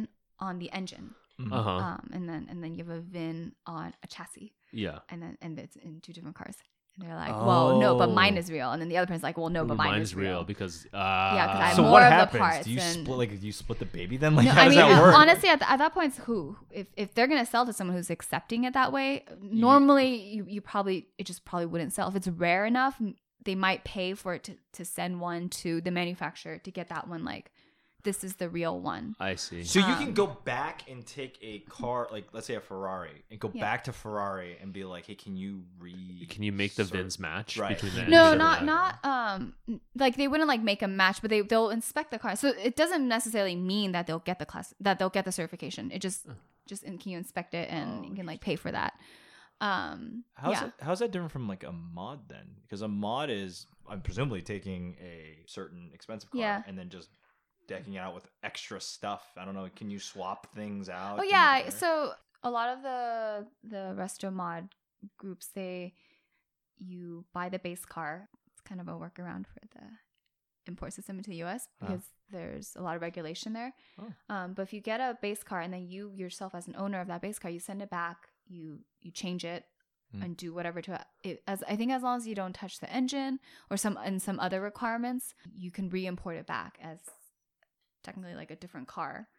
on the engine.
Uh huh.
Um and then and then you have a VIN on a chassis
yeah.
and then and it's in two different cars. And they're like, "Well, no, but mine
Oh.
is real." And then the other person's like, "Well, no, but mine,
Mine's
is real."
real because uh,
I have
so
more
what
of the
happens?
parts
do you
and-
split like do you split the baby then? Like
No,
how
I
does
mean,
that work?
honestly, at, at that point, it's who if if they're gonna sell to someone who's accepting it that way,
Mm-hmm.
normally you, you probably it just probably wouldn't sell if it's rare enough. m- They might pay for it to, to send one to the manufacturer to get that one. Like, this is the real one.
I see.
So you can
Um,
go back and take a car, like let's say a Ferrari, and go
Yeah.
back to Ferrari and be like, "Hey, can you re?
Can you make the
sort-
VINs match
Right.
between the
Yeah,
No,
sure.
engine
not
and the-
not um like they wouldn't like make a match, but they they'll inspect the car. So it doesn't necessarily mean that they'll get the class that they'll get the certification. It just just and can you inspect it and
Oh,
you can like pay for that. Um,
How's
yeah.
that, how's that different from like a mod then? Because a mod is I'm presumably taking a certain expensive car
Yeah.
and then just decking it out with extra stuff. I don't know. Can you swap things out?
Oh
to make it
yeah,
better?
so a lot of the the resto mod groups they you buy the base car. It's kind of a workaround for the import system into the U.S.
Ah.
because there's a lot of regulation there.
Oh.
Um, but if you get a base car and then you yourself as an owner of that base car, you send it back, you you change it.
Mm.
And do whatever to it, as I think as long as you don't touch the engine or some and some other requirements, you can re-import it back as technically like a different car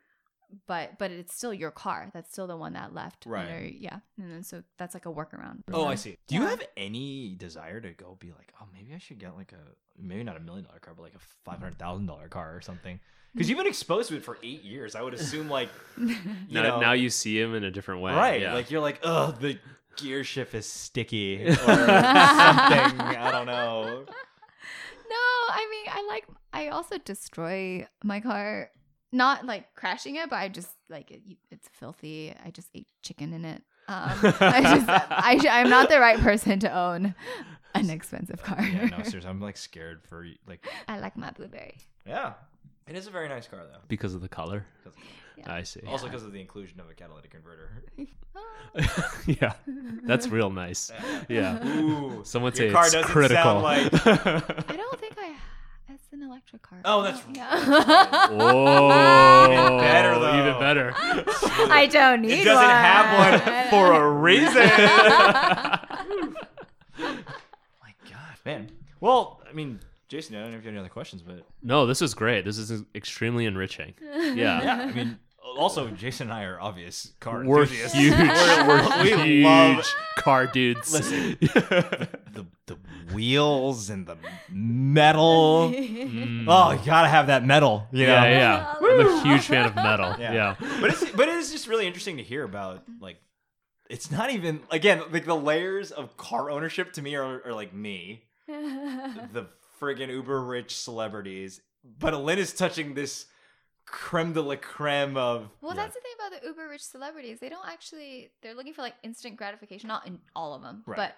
but but it's still your car. That's still the one that left.
Right.
under- yeah. And then so that's like a workaround.
Oh, I
Yeah.
see. Do you
Yeah.
have any desire to go be like, oh, maybe I should get like a maybe not a million dollar car, but like a five hundred thousand dollar car or something? Because you've been exposed to it for eight years. I would assume like you
now,
know,
now you see him in a different way.
right,
Yeah.
like you're like, oh, the gear shift is sticky or something. I don't know.
No, I mean I like I also destroy my car. Not like crashing it, but I just like it, it's filthy. I just ate chicken in it. Um, I just I, I'm not the right person to own an expensive car.
Yeah, no, seriously, I'm like scared for like,
I like my blueberry.
yeah, it is a very nice car though.
because of the color.
'Cause-
Yeah.
I see.
Also because of the inclusion of a catalytic converter.
Um,
yeah, that's real nice. Yeah.
Ooh,
Someone say
your car
it's
doesn't
critical.
sound like.
I don't think I. It's an electric car.
Oh, that's
Yeah.
Oh,
Even better, though.
Even better.
I don't need
it doesn't have one for a reason. My God, man. Well, I mean, Jason, I don't know if you have any other questions, but
No, this is great. This is extremely enriching. Yeah.
yeah, I mean, also Jason and I are obvious car
We're
enthusiasts.
huge.
We're-
We're
we
huge
love
car dudes.
Listen. the the wheels and the metal.
Mm.
Oh, you gotta have that metal, you know.
yeah, yeah. I'm a huge fan of metal.
Yeah.
Yeah.
But it's but it is just really interesting to hear about like. It's not even again like the layers of car ownership to me are, are like me, the friggin' uber rich celebrities. But Lynn is touching this creme de la creme of
Well,
Yeah.
that's the thing about the uber rich celebrities. They don't actually. They're looking for like instant gratification. Not in all of them,
Right.
but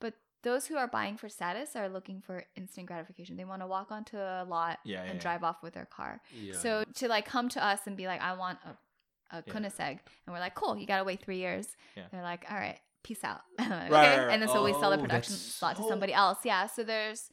but those who are buying for status are looking for instant gratification. They want to walk onto a lot
Yeah, yeah,
and
yeah.
drive off with their car. So to like come to us and be like, I want a a
Yeah.
Koenigsegg, and we're like, cool. You gotta wait three years.
Yeah.
They're like, all right, peace out. I'm like,
Right,
okay.
right, right.
And then so we sell the
Oh,
production
that's
slot to
so-
somebody else. Yeah. So there's,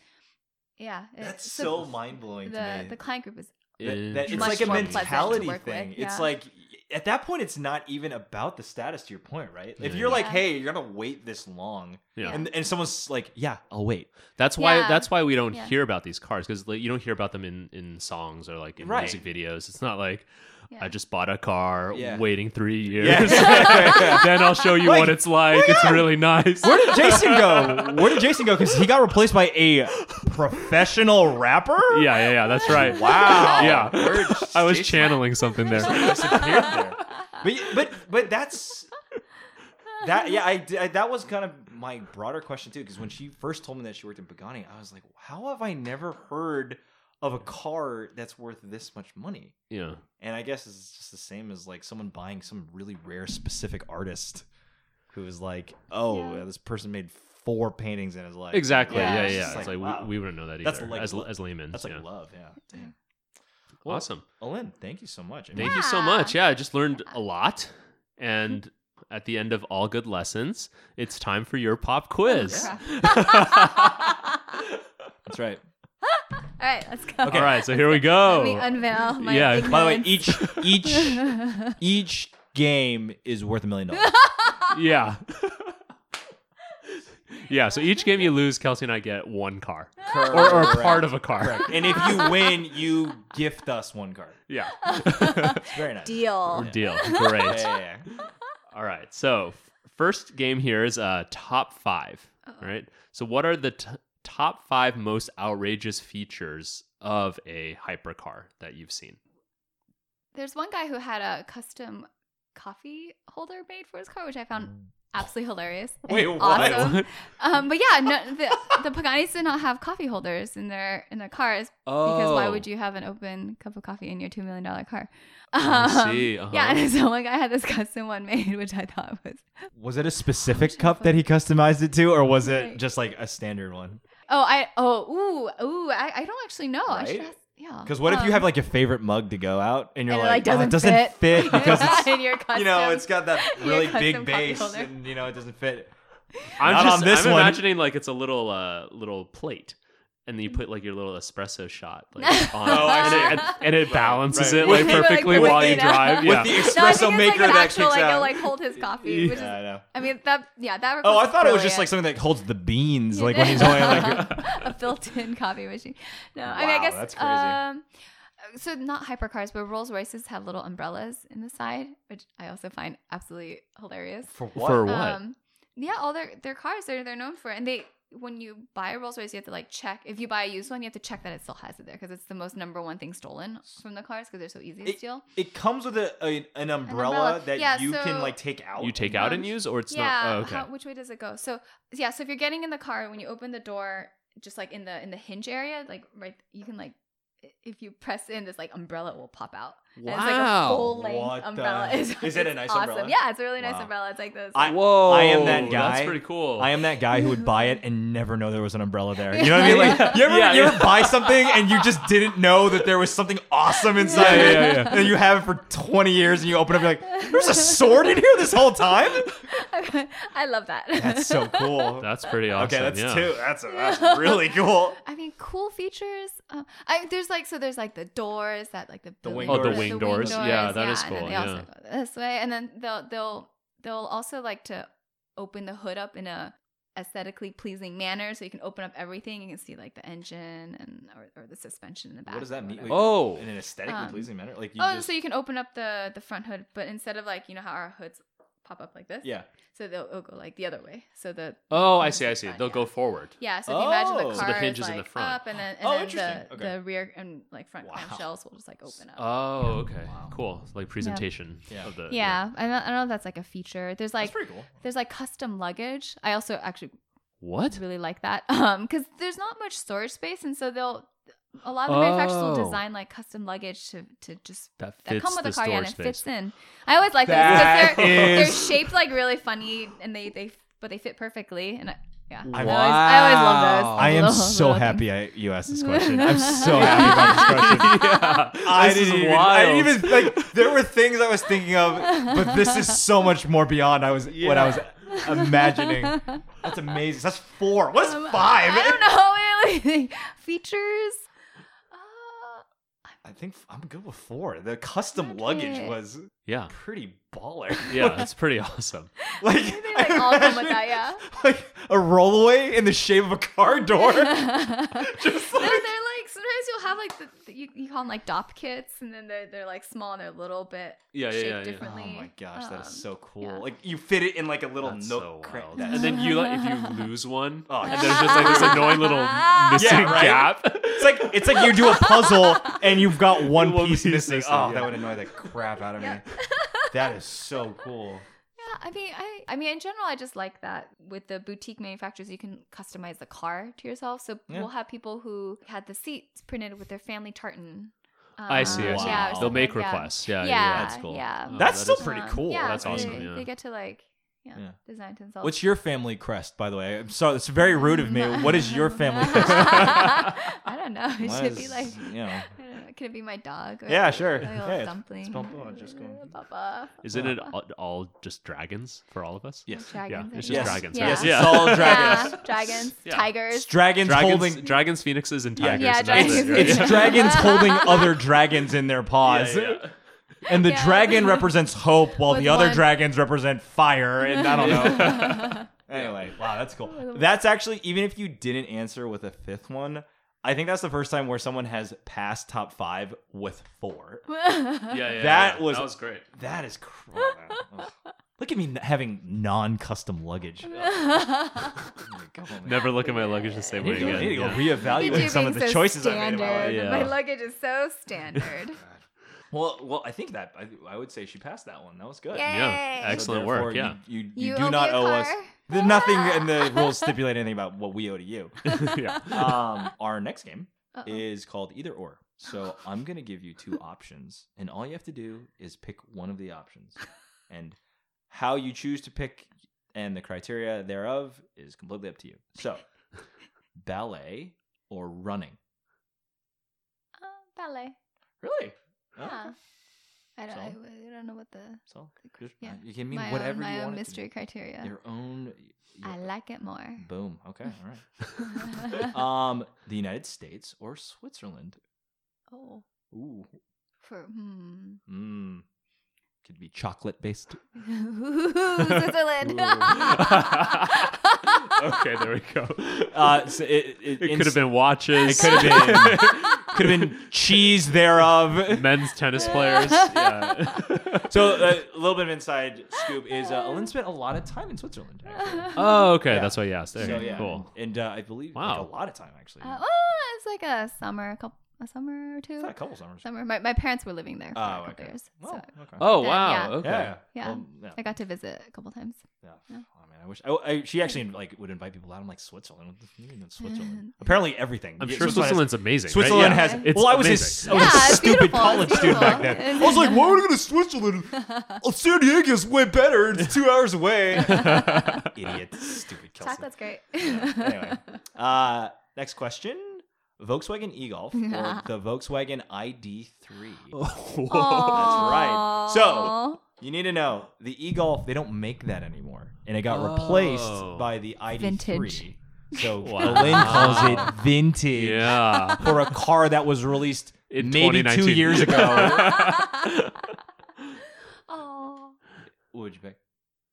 yeah. it-
that's so mind blowing to
The
me.
the client group is
That- that- it's
Much
like a
more pleasant to
mentality
work with,
thing. It's
yeah.
like at that point, it's not even about the status. To your point, right? If
Yeah.
you're like,
Yeah.
"Hey, you're gonna wait this long,"
Yeah.
and and someone's like, "Yeah, I'll wait."
That's why
Yeah.
that's why we don't
Yeah.
hear about these cars because like, you don't hear about them in in songs or like in
Right.
music videos. It's not like
Yeah.
I just bought a car,
Yeah.
waiting three
Yeah.
years, then I'll show you
Like,
what it's like. It's really nice.
Where did Jason go? Where did Jason go? Because he got replaced by a professional rapper.
yeah, yeah, yeah. That's right.
Wow.
Yeah.
Where did
I was
Jason-
channeling something there.
disappeared there. But but but that's that yeah I, I- that was kind of my broader question too because when she first told me that she worked in Pagani I was like how have I never heard of a car that's worth this much money
Yeah.
and I guess it's just the same as like someone buying some really rare specific artist who is like oh
Yeah.
this person made four paintings in his life
Exactly. Yeah,
Yeah.
yeah.
It's
It's,
just
like,
like,
we-
wow.
we, wouldn't know that either.
That's like
as,
lo-
as laymen.
that's like
yeah.
love yeah Dang. Well,
awesome.
Olin thank you so much I mean,
Thank you so
Yeah.
much. Yeah, I just learned a lot. And
Mm-hmm.
at the end of all good lessons, it's time for your pop quiz.
crap.
that's right
All right, let's go.
All right, so here we go.
Let me unveil my
Yeah,
ignorance.
Oh. by the way e- each each each game is worth a million dollars
yeah. yeah, so each game you lose, Kelsey and I get one car
Oh.
or, or a part of a car.
And if you win, you gift us one card.
Yeah.
It's very nice.
deal.
Deal.
Yeah,
Great.
yeah, yeah.
All right. So, f- first game here is uh, top five. All right. So, what are the t- top five most outrageous features of a hypercar that you've seen?
There's one guy who had a custom coffee holder made for his car, which I found absolutely hilarious. and
Wait, what?
Awesome. Um, but yeah, no, the, the Paganis did not have coffee holders in their in their cars because why
Oh.
Oh.
would you have an open cup of coffee in your two million dollar car? Um,
I see,
Yeah,
uh-huh.
and so one guy had this custom one made, which I thought was
Was it a specific cup that he customized it to, or was it
Right.
just like a standard one?
oh I oh ooh ooh I, I don't actually know. I should
Right?
ask. Yeah.
Because what if you have
Um,
like your favorite mug to go out and you're
and it,
like,
like,
"Oh, it
doesn't
doesn't fit,
fit."
because it's,
In your
you know
custom-
it's got that
your
really
custom
big
copy
base
holder.
and you know it doesn't fit.
I'm
Not
just
on this
I'm
one.
imagining like it's a little uh little plate. And then you put like your little espresso shot like on
Oh, I
it,
see.
and it, and it balances it
Right.
like
With the,
like,
perfectly
with
while
the-
you drive.
With
Yeah.
the
No, I think
espresso
it's
maker
like an
that
actual,
kicks
like,
out.
Go, like hold his coffee, which
Yeah, I
is.
know.
I mean that. Yeah, that.
Oh, I
record's
thought it was just like
brilliant.
something that holds the beans, like when he's only like.
a built-in coffee machine. No, I mean
Wow,
I guess
that's crazy.
Um, so not hypercars, but Rolls Royces have little umbrellas in the side, which I also find absolutely hilarious.
For
For what?
Um, yeah, all their their cars they're they're known for, it. and they when you buy a Rolls Royce, you have to like check if you buy a used one, you have to check that it still has it there because it's the most number one thing stolen from the cars because they're so easy to
It-
steal.
It comes with a, a- an umbrella
umbrella.
that
Yeah,
you can
so-
like take out.
You take out
Um,
and use, or it's
yeah,
not. Oh, okay.
how- which way does it go? So yeah, so if you're getting in the car, when you open the door, just like in the in the hinge area, like right, you can like i- if you press in this like umbrella will pop out. And it's like a
Wow.
full
What
length
the-
umbrella. It's-
Is it a
it's
nice
awesome.
umbrella?
Yeah, it's a really nice
Wow.
umbrella. It's like this.
I-
Whoa.
I am that
That's
guy.
pretty cool.
I am that guy who would buy it and never know there was an umbrella there. You know what I mean? Like, you ever,
Yeah,
you ever
yeah.
buy something and you just didn't know that there was something awesome inside
Yeah,
it,
yeah, yeah.
and you have it for 20 years, and you open it up, you're like, "There's a sword in here this whole time."
I love that.
That's so cool.
That's pretty awesome.
okay, that's
yeah.
two. That's, that's really cool.
I mean, cool features. Uh, I, there's like so there's like the doors that like the built-
wing Oh, the doors.
wing doors. Yeah, that is
And then
cool,
they
yeah.
also go this way, and then they'll they'll they'll also like to open the hood up in a aesthetically pleasing manner, so you can open up everything. You can see like the engine and or, or the suspension in the back.
What does that
or
mean?
whatever.
Oh.
in an aesthetically
Um,
pleasing manner, like you
oh,
just,
so you can open up the the front hood, but instead of like you know how our hoods pop up like this,
yeah.
So they'll it'll go like the other way. So the
Oh, I see. I see. They'll go forward.
yeah, so if you imagine
Oh.
the
So
car
the
hinge
is
is in the
like
front.
up and then, and
Oh,
then the,
interesting. Okay.
the rear and like front
Wow.
clamshells will just like open up.
Oh, okay.
Wow.
Cool. Like presentation
Yeah.
of the.
yeah, I don't, I don't know if that's like a feature.
That's
There's like
pretty cool.
there's like custom luggage. I also actually
What?
really like that um because there's not much storage space, and so they'll a lot of the manufacturers
Oh.
will design like custom luggage to to just
That
that
fits
come with
the
the car yeah, and
storage
it
space.
fits in. I always like
That
those 'cause they're,
is-
they're shaped like really funny and they they but they fit perfectly and I, yeah. I
I'm-
always, I always love those.
Wow.
I am
little-
so
little things.
happy I, you asked this question. I'm so happy about this question.
yeah.
I
this
didn't,
is
even,
wild.
I didn't even like. There were things I was thinking of, but this is so much more beyond. I was what I was imagining. That's amazing. That's four. What is
Um,
five?
I don't know. Wait, wait, wait. Features. Uh,
I think I'm good with four. The custom
Okay.
luggage was
yeah.
pretty baller.
Yeah. That's pretty awesome.
like
they
I
like all come with
imagine,
that, yeah.
Like a rollaway in the shape of a car door. Oh Just
No, they're
like
like sometimes you'll have like the, the- you, you call them like dop kits, and then they're they're like small and they're a little bit
Yeah, yeah,
shaped
yeah, yeah.
Oh
differently.
my gosh, that is
Um,
so cool.
yeah.
Like you fit it in like a little
That's
nook.
so
cra-
wild.
that's-
And then you like if you lose one,
Oh,
and there's just like this annoying little missing
right?
gap.
It's like it's like you do a puzzle and you've got one
One
piece
piece
missing.
missing,
Oh,
yeah.
that would annoy the crap out of me.
Yeah.
That is so cool.
Yeah, I mean, I, I mean, in general, I just like that with the boutique manufacturers, you can customize the car to yourself. So
Yeah.
we'll have people who had the seats printed with their family tartan. um,
I see. I see.
yeah, or
They'll
something
make
like that.
requests. Yeah, yeah,
Uh, Yeah,
that's cool.
yeah.
Oh,
That's
that
still
is-
pretty cool.
That's
they-
awesome,
They,
yeah.
get to like, yeah,
Yeah.
design it themselves.
What's your family crest, by the way? I'm sorry, it's very rude of me. What is your family crest?
I don't know. It
Mine
should be
is,
like.
you know.
I don't know, Can it be my dog? Or
Yeah, sure.
My little
Yeah, it's-
dumpling.
it's Bumble, I'm just going-
Bubba.
Isn't it all, all just dragons for all of us?
Yes.
Dragons,
it's
I
just
guess.
dragons,
Yeah.
Yes,
Yeah.
it's all
Yeah,
dragons.
dragons,
Yeah.
It's
tigers.
dragons,
Dragons,
holding.
dragons, phoenixes, and
Yeah.
tigers.
Yeah,
and that's
dragons.
it,
It's
right?
dragons holding other dragons in their
Yeah,
paws.
yeah.
And the
Yeah.
dragon represents hope, while
With
the other
one-
dragons represent fire. And I don't know. anyway, wow, that's cool. That's actually, even if you didn't answer with a fifth one, I think that's the first time where someone has passed top five with four.
Yeah, yeah, yeah.
That was-
that was great.
That is crazy. Look at me n- having non custom luggage. Ugh. Come on, man.
Never look at my luggage the
I
same
need
way
to go- I
again.
need to go
yeah.
You two
reevaluate some of
being
the
so
choices I made. In my
standard.
life.
Yeah.
My luggage is so standard.
Well, well, I think that I, I would say she passed that one. That was good.
Yay.
Yeah,
So
excellent
So
work.
therefore,
Yeah,
you, you, you
You
do
owe me
not
a
owe us.
car.
There's nothing in the rules stipulate anything about what we owe to you.
yeah.
Um, our next game
Uh-oh.
is called Either Or. So I'm gonna give you two options, and all you have to do is pick one of the options, and how you choose to pick and the criteria thereof is completely up to you. So, ballet or running?
Uh, ballet.
Really? Oh,
Yeah.
okay.
I don't,
So?
I, I don't know what the,
So
the cr-
just
yeah.
you can mean
my
whatever
own, my
you
own
want. it to
mystery
be.
criteria.
Your own.
I
your-
like it more.
Boom. Okay. All right. um, the United States or Switzerland?
oh,
Ooh.
for hmm.
Mmm. Could be chocolate based.
Ooh, Switzerland.
okay, there we go.
Uh, so it
it could have been watches.
It could have been. could have been cheese thereof.
men's tennis players. Yeah.
So uh, a little bit of inside scoop is uh, Lynn spent a lot of time in Switzerland. Actually.
Uh,
Oh, okay.
Yeah.
That's why you asked. There,
So yeah,
cool.
and uh, I believe like,
Wow.
a lot of time actually.
Uh, oh, it's like a summer, a couple, a summer or
It's
two.
not a couple summers.
Summer. My, my parents were living there for a
Oh,
couple
okay.
years,
Well,
so
okay.
Oh
Yeah,
wow.
yeah.
Okay.
Yeah.
Yeah.
Well, yeah.
I got to visit a couple times.
Yeah. Oh,
Yeah.
man, I wish. I, I, she actually like would invite people out. I'm like Switzerland. What the- you mean in Switzerland? Apparently everything.
I'm
Yeah,
sure
Switzerland
Switzerland's amazing.
has-
right?
Switzerland
Yeah.
has.
It's
well, I was, a, s-
amazing.
I was
Yeah,
a
it's
stupid
beautiful,
college
it's
student back
beautiful.
then. I was like, why would I go to Switzerland? Oh, San Diego's way better. It's two hours away. Idiot. Stupid Kelsey.
Chocolate's great.
Yeah, anyway. Uh, next question. Volkswagen e-Golf or the Volkswagen ID3. right. So- You need to know the e-Golf. They don't make that anymore, and it got
Oh.
replaced by the ID3.
Vintage.
So
Wow.
Lynn calls it vintage
yeah.
for a car that was released
In
maybe two
2019.
years ago.
oh.
what would you pick?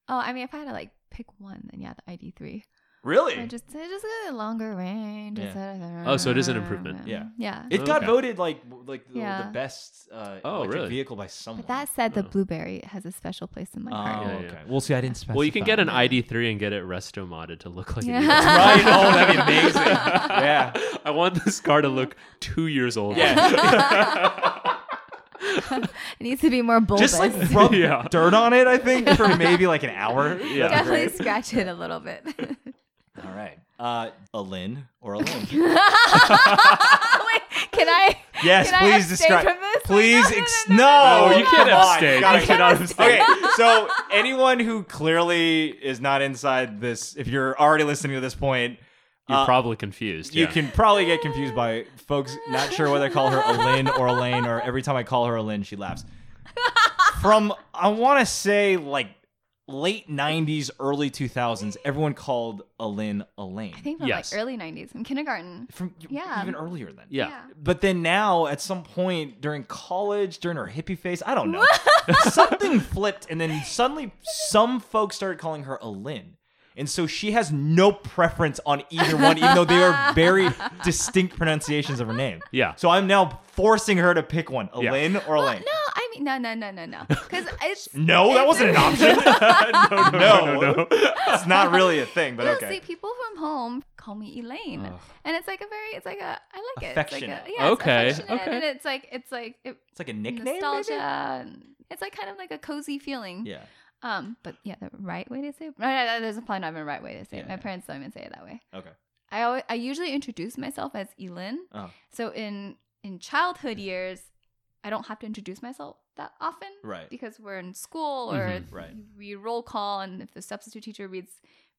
Oh, I mean, if I had to like pick one, then yeah, the ID three. I
Really?
just it just got a longer range.
Yeah.
Yeah.
Oh, so it is an improvement.
Yeah.
Yeah.
It got
Okay.
voted like like the, the
Yeah.
best uh,
Oh,
electric
really?
vehicle by someone.
but that said, the
Oh.
blueberry has a special place in my
Oh,
heart.
Yeah, yeah.
okay. We'll see. I didn't specify.
Well, you can get an ID3 and get it resto modded to look like. an
Yeah.
Eagle.
Right? Oh, that'd be amazing. Yeah.
I want this car to look two years old.
Yeah.
It needs to be more bulbous.
Just like rub
Yeah.
dirt on it, I think, for maybe like an
Yeah.
hour. That'd be
definitely
great.
scratch it a little bit.
All right. Uh, a Lynn or a
Wait,
Lynn?
can I?
yes,
can I
please
abstain
describe.
From this?
Please,
no, no,
ex-
no, no,
no,
No, Oh, you can't
come on.
abstain.
Gotta
You cannot
Okay,
abstain.
so anyone who clearly is not inside this, if you're already listening to this point,
You're
Uh,
probably confused.
you
yeah.
can probably get confused by folks not sure whether I call her a Lynn or a Lane, or every time I call her a Lynn, she laughs. From, I want to say, like late 90s, early 2000s, everyone called a Lynn a Lane.
I think from
Yes.
like early '90s, from kindergarten.
From
Yeah.
even earlier then.
Yeah.
But then now, at some point during college, during her hippie phase, I don't know, something flipped, and then suddenly some folks started calling her a Lynn. And so she has no preference on either one, even though they are very distinct pronunciations of her name.
Yeah.
So I'm now forcing her to pick one, a
Yeah.
Lynn or a
Well,
Lane.
no, I mean, no, no, no, no, no, because it's
Oh, No, that wasn't an
no,
option.
no, no, no.
It's not really a thing, but
no,
okay.
see, people from home call me Elaine,
Ugh.
and it's like a very, it's like a, I like it. It's like a,
Affectionate.
yeah, it's
Okay,
affectionate,
okay.
And it's like, it's like it,
It's like a nickname.
nostalgia.
Maybe?
And it's like kind of like a cozy feeling.
Yeah.
Um, but yeah, the right way to say it. No, no, no, there's probably not even a right way to say
Yeah,
it. My
yeah.
parents don't even say it that way.
Okay.
I always, I usually introduce myself as Elin.
Oh.
So in in childhood years, I don't have to introduce myself that often
Right.
because we're in school or
Mhm,
Mm-hmm, right.
we roll call and if the substitute teacher reads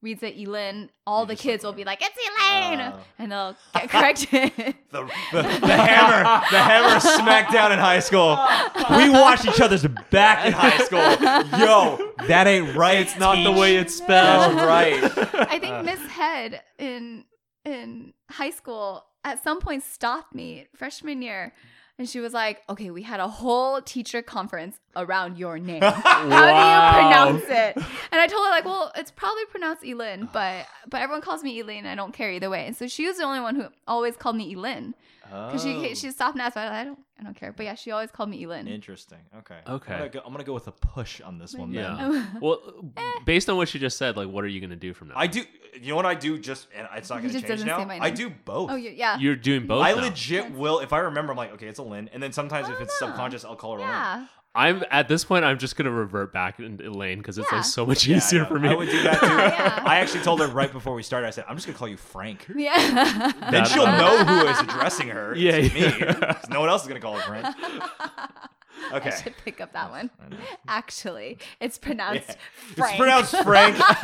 reads it Elin, all
You
the
just like
kids will
her.
be like, It's Elaine
Oh.
and they'll get corrected.
The, the, the hammer, the hammer smacked down in high school. We watched each other's back in high school. Yo, that ain't right. It's
Not the way it's spelled.
That's right.
I think Miss Head in in high school at some point stopped me freshman year and she was like, Okay, we had a whole teacher conference around your name. How do you pronounce it? And I told her like, well, it's probably pronounced Elin, but but everyone calls me Elin. I don't care either way. And so she was the only one who always called me Elin
Oh.
because she she stopped and asked, but I don't I don't care. But yeah, she always called me Elin.
Interesting. Okay.
Okay.
I'm gonna, go, I'm gonna go with a push on this one.
Yeah.
Then.
Well,
Eh.
based on what she just said, like, what are you going to do from now?
I do. You know what I do? Just and it's not
He
gonna
just
change
doesn't
now.
say my
I
name.
do both.
oh you- yeah,
You're doing both.
I
now.
legit will. If I remember, I'm like, okay, it's a Lynn. And then sometimes if
Oh,
it's
no.
subconscious, I'll call her. a Lynn.
yeah.
I'm at this point. I'm just gonna revert back into Elaine because it's
Yeah.
like so much
Yeah, I
easier
know.
for me.
I would do that too.
Yeah.
I actually told her right before we started. I said, I'm just gonna call you Frank.
Yeah.
Then
That-
she'll know who is addressing her.
Yeah,
It's
yeah.
me. 'Cause no one else is gonna call her Frank. Okay.
I should pick up that one.
I know.
Actually, it's pronounced
Yeah.
Frank.
It's pronounced Frank.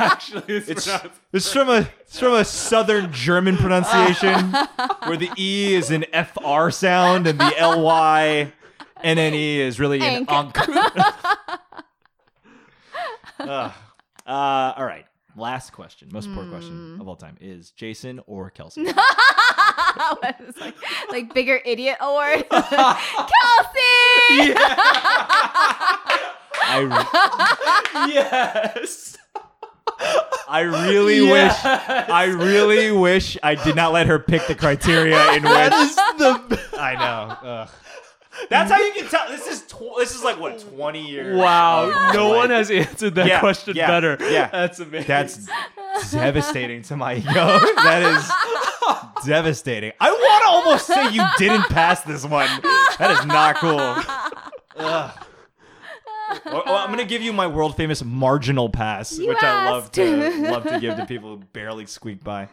Actually, it's,
It's,
pronounced-
it's from a it's from a southern German pronunciation where the E is an FR sound and the LY NNE E is really an
Ank.
onk. Ugh. Uh, all right. Last question, most important question
Hmm.
of all time is Jason or Kelsey?
What is like, like bigger idiot award. Kelsey.
I
yes.
I really wish I really wish I did not let her pick the criteria in which I know. Ugh. That's how you can tell. This is tw- this is like what twenty years.
Wow, no
Oh, Like,
one has answered that
Yeah,
question
yeah,
better.
yeah.
that's amazing.
That's devastating to my ego. That is devastating. I want to almost say you didn't pass this one. That is not cool. Ugh. Well, well, I'm gonna give you my world famous marginal pass,
You
which I love
asked.
to love to give to people who barely squeak by.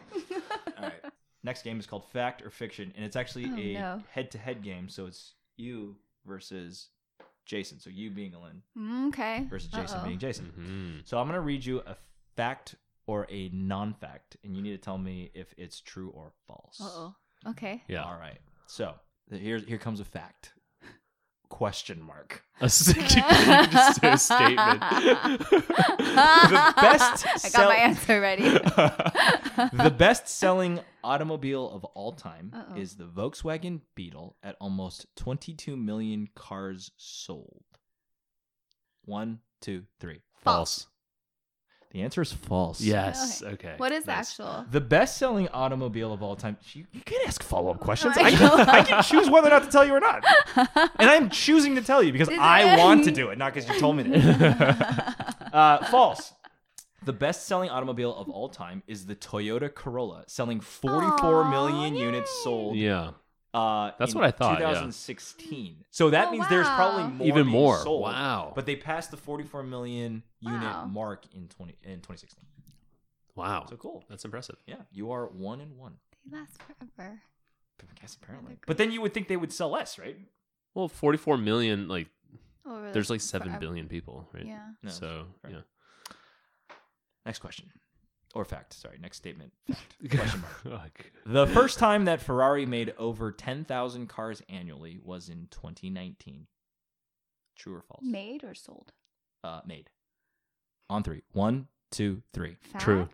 All right. Next game is called Fact or Fiction, and it's actually
Oh,
a
no.
head-to-head game. So it's you versus Jason. So you being Ellen
Mm, okay.
versus Jason
Uh-oh.
being Jason.
Mhm.
So I'm going to read you a fact or a non fact, and you need to tell me if it's true or false.
Uh-oh. Okay.
Yeah,
All right. So here, here comes a fact. Question mark.
a just a statement.
The best
I got
sell-
my answer ready.
the best selling automobile of all time
Uh-oh.
is the Volkswagen Beetle at almost 22 million cars sold. One, two, three.
False.
The answer is false.
Yes. Okay.
What is the
Nice.
actual?
The best selling automobile of all time. You, you can ask follow up questions.
my
I, can,
God.
I can choose whether or not to tell you or not. And I'm choosing to tell you because
This
I
is-
want to do it, not because you told me to. uh, false. The best selling automobile of all time is the Toyota Corolla, selling 44
Aw,
million units
yay.
sold.
Yeah.
Uh,
That's
in
what I thought, yeah.
2016. So that
Oh,
means there's
wow.
probably more
Even
being
more.
sold,
Wow.
But they passed the 44 million unit
Wow.
mark in 20 in 2016.
Wow.
So cool.
That's impressive.
Yeah, you are one and one.
They last forever.
I guess
They're
apparently.
great.
But then you would think they would sell less, right?
Well, 44 million. Like,
Over
there's
the-
like seven
forever.
billion people, right?
Yeah.
No,
so
fair.
yeah.
Next question. Or fact, sorry, next statement. Fact. Question mark.
Like,
The first time that Ferrari made over 10,000 cars annually was in 2019. True or false?
Made or sold?
Uh, made. On three. One, two, three.
Fact? Ah.
True.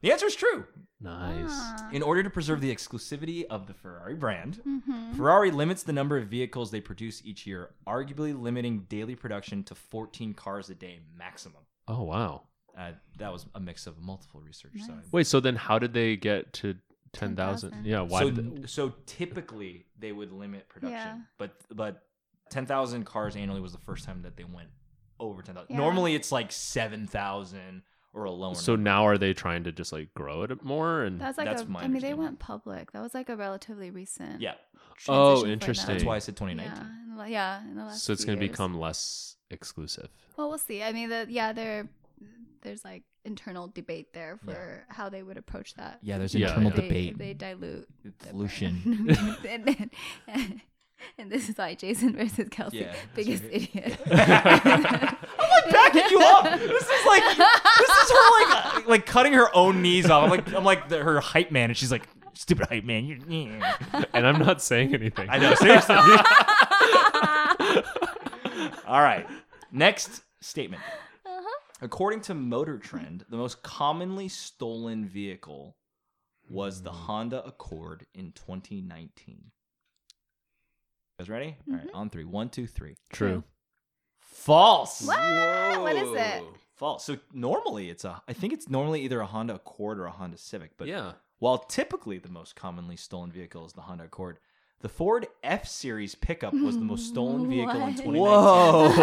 The answer is true.
nice.
In order to preserve the exclusivity of the Ferrari brand,
hmm
Ferrari limits the number of vehicles they produce each year, arguably limiting daily production to 14 cars a day maximum.
Oh wow.
Uh, that was a mix of multiple research. So I
Nice.
Wait. So then, how did they get to ten
10,000?
thousand? Yeah. Why?
so,
did they-
so typically they would limit production,
Yeah.
but but ten thousand cars annually was the first time that they went over ten thousand.
Yeah.
Normally it's like seven thousand or a lower.
so
number.
now are they trying to just like grow it more and?
That was like
That's
a,
my
I mean, they
understanding.
went public. That was like a relatively recent.
yeah,
Oh,
transition for them.
interesting.
that's why I said twenty
Yeah,
nineteen.
in the la- yeah. In the last
so it's
few
going to
years.
become less exclusive.
Well, we'll see. I mean, the, yeah, there, there's like internal debate there for how they would approach that.
Yeah, there's
Yeah, internal
internal
yeah.
they,
debate.
They dilute the
Lucian.
brand. and, then- and, this is why Jason versus Kelsey,
Yeah, that's
biggest
right.
idiot.
I'm like backing you up. This is like this is her like uh, like cutting her own knees off. I'm like I'm like the, her hype man, and she's like stupid hype man. You're, yeah."
and I'm not saying anything.
I know seriously. All right, next statement.
Uh-huh.
According to Motor Trend, the most commonly stolen vehicle was
Mm-hmm.
the Honda Accord in 2019. Guys ready? All
Mm-hmm.
right, on three. One, two, three.
True.
False.
What? What is it?
False. So normally it's a, I think it's normally either a Honda Accord or a Honda Civic. But
yeah.
while typically the most commonly stolen vehicle is the Honda Accord, the Ford F Series pickup was the most stolen vehicle in
What?
2019.
Whoa.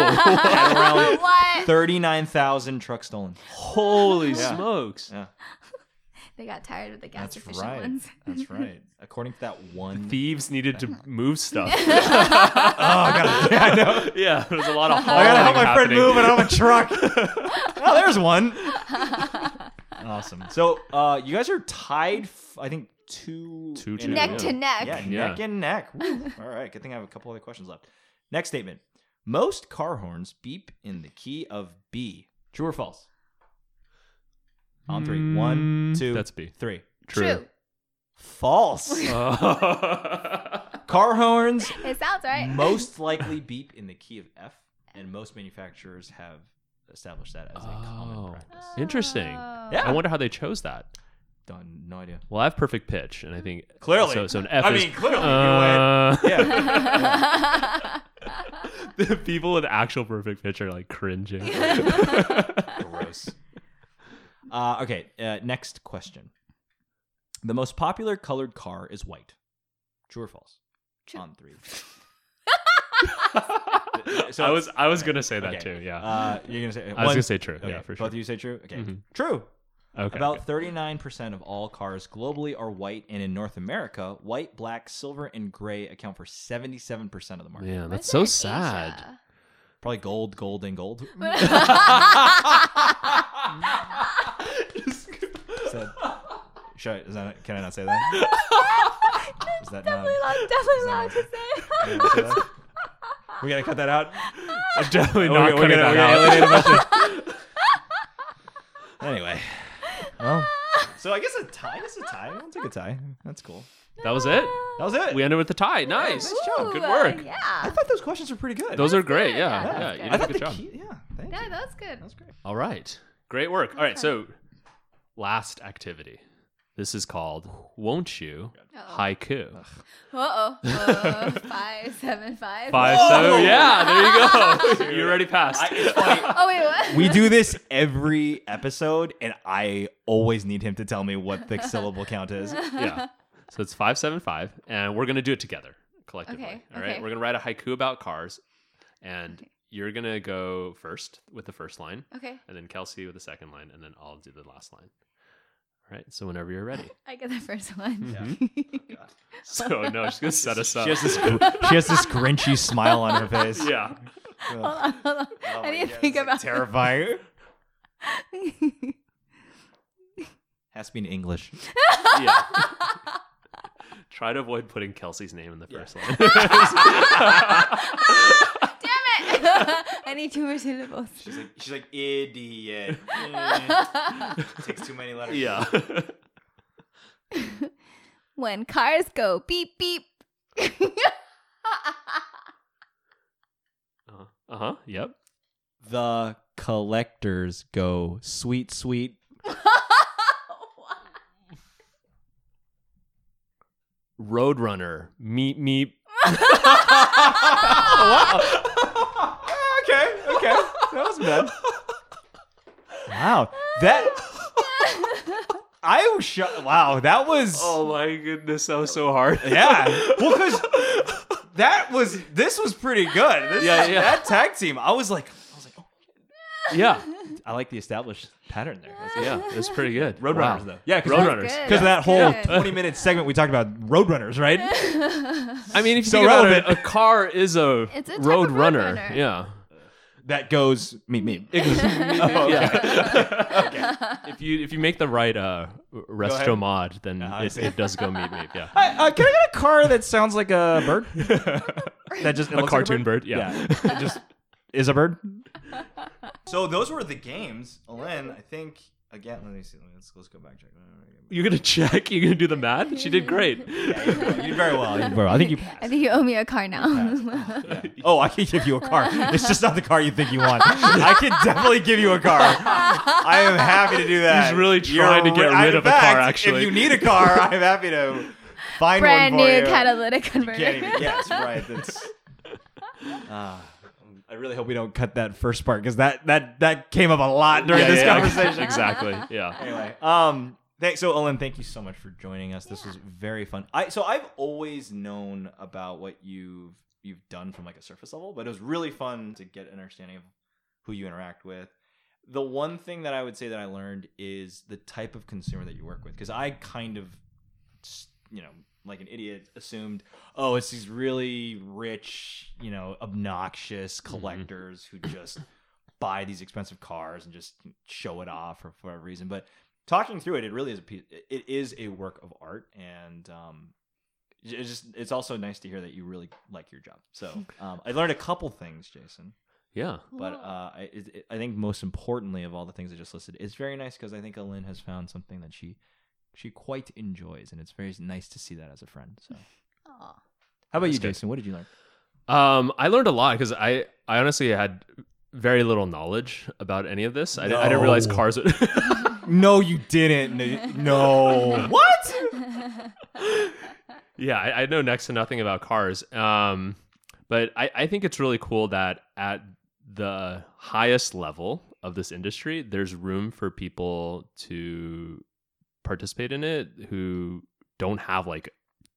Around
what?
39,000 trucks stolen.
Holy
Yeah.
smokes.
Yeah.
They got tired of the gas
That's
efficient
right.
ones.
That's right. According to that one.
Thieves needed to move stuff.
oh, I gotta, yeah, I know.
yeah, there's a lot of
I gotta help my
happening.
friend move, and I don't have a truck. oh, there's one. awesome. So, uh, you guys are tied. F- I think two,
Two,
in a
two,
neck
row.
to neck.
Yeah,
Yeah.
neck and neck. Woo. All right. Good thing I have a couple other questions left. Next statement. Most car horns beep in the key of B. True or false? On three. One,
Mm,
two,
That's B.
three.
True.
False. car horns
It sounds right.
most likely beep in the key of F, and most manufacturers have established that as a
Oh.
common practice.
Interesting.
Oh.
Yeah.
I wonder how they chose that.
Done. No idea.
Well, I have perfect pitch, and I think
Clearly.
So, so an F
I
is.
mean, clearly
Uh,
you went. Yeah.
the people with actual perfect pitch are like cringing.
Gross. Uh, okay. Uh, next question. The most popular colored car is white. True or false?
True.
On three.
so I was I was gonna say that
Okay.
too. Yeah,
Uh, you're gonna say.
I was gonna say true. yeah, for sure.
Both of you say true. Okay.
Mhm.
True.
okay.
About 39% of all cars globally are white, and in North America, white, black, silver, and gray account for 77% of the market.
man,
Why
that's
is
so
it in
sad.
Asia?
Probably gold, gold, and gold. Said- should I, is that, can I not say that? Is that not?
definitely not, definitely not
can
to
I
say.
not say that? We gotta cut that out.
I'm definitely
We're
not
gonna-
cutting
we're
that
gonna
out.
eliminate a bunch of- anyway, well, so I guess a tie. This is a tie. We'll take a tie. That's cool.
That was it.
That was it.
We ended with a tie. Nice.
nice job.
Good
Ooh, uh,
work.
I
Yeah.
thought those questions were pretty good.
Those are great.
good.
Yeah,
Yeah,
yeah.
that's
You
good.
did
I
a
thought
good
the
job.
key. Yeah, thank
Yeah,
you.
that was good.
That was great.
All right. Great work. All right. So, last activity. This is called Won't You
Uh-oh.
Haiku.
Uh-oh. Uh, five, seven, five.
Five,
Whoa!
seven. Yeah, there you go. you already passed.
Oh, wait, what?
we do this every episode, and I always need him to tell me what the syllable count is.
yeah. So it's 575, and we're going to do it together collectively.
Okay,
All right.
okay.
We're going to write a haiku about cars, and
Okay.
you're going to go first with the first line,
Okay,
and then Kelsey with the second line, and then I'll do the last line. All right. So whenever you're ready.
I get the first one.
So, no, she's going to set us up.
She has, this, she has this grinchy smile on her face.
yeah.
Hold on, hold on.
Oh
I need to think about
Terrifying. Has to be in English.
Yeah. Try to avoid putting Kelsey's name in the
Yeah.
first line.
Damn it! I need two more syllables.
She's like, she's like idiot. Takes too many letters.
yeah.
when cars go beep beep.
Uh huh. Yep.
The collectors go sweet, sweet.
Roadrunner. Meep meep.
okay, okay. That was bad. Wow. That. I was shocked. Wow, that was.
Oh my goodness, that was so hard.
Yeah. Well, because that was. This was pretty good. This,
Yeah, yeah.
That tag team. I was like. I was like, oh.
yeah.
I like the established pattern there. That's-
Yeah. That's pretty good.
Roadrunners, though. Yeah, because
Roadrunners.
That's
Because of that whole
Good.
20 minute segment we talked about Roadrunners, right?
I mean, if you
So
think about
relevant.
it, a car is a,
It's a type
road
of
runner.
roadrunner.
Yeah.
That goes meet me. Oh,
Yeah. If you if you make the right uh, resto
ahead.
mod, then
Uh-huh, I
it,
see.
it does go meep meep. Yeah.
Uh, can I get a car that sounds like a bird? that just
a cartoon bird. Yeah.
it just is a bird. So those were the games, Ellen. I think again. Let me see. Let's let's go back check.
You're gonna check. You're gonna do the math. She did great.
You did very well. You did very well. I think you.
I think you owe me a car now.
Oh, I can give you a car. It's just not the car you think you want. I can definitely give you a car. I am happy to do that.
He's really trying to get
ri-
rid
in
of a car,
fact,
actually.
if you need a car, I'm happy to find
Brand
one
new
for you.
catalytic
You
converter.
can't even- yes, right. That's. Ah, I really hope we don't cut that first part because that that that came up a lot during
Yeah,
this
yeah,
conversation.
Exactly. Yeah.
Anyway, um, thanks. So, Ellen, thank you so much for joining us. This was very fun. I so I've always known about what you've you've done from like a surface level, but it was really fun to get an understanding of who you interact with. The one thing that I would say that I learned is the type of consumer that you work with, because I kind of, s- you know, like an idiot, assumed, oh, it's these really rich, you know, obnoxious collectors who just buy these expensive cars and just show it off for, for whatever reason. But talking through it, it really is a piece, it is a work of art, and um, J- It's just it's also nice to hear that you really like your job. So um, I learned a couple things, Jason.
Yeah.
But
Cool.
uh, I, it, it- I think most importantly of all the things I just listed, it's very nice because I think Alin has found something that she she quite enjoys, and it's very nice to see that as a friend. So
Aw.
how about
That's
you,
good.
Jason? What did you learn?
Um, I learned a lot because I, I honestly had very little knowledge about any of this. I, di- I didn't realize
No.
cars. Would-
No, you didn't.
No.
what? uh.
yeah, I, I know next to nothing about cars. Um, but I, I think it's really cool that at the highest level of this industry, there's room for people to participate in it who don't have like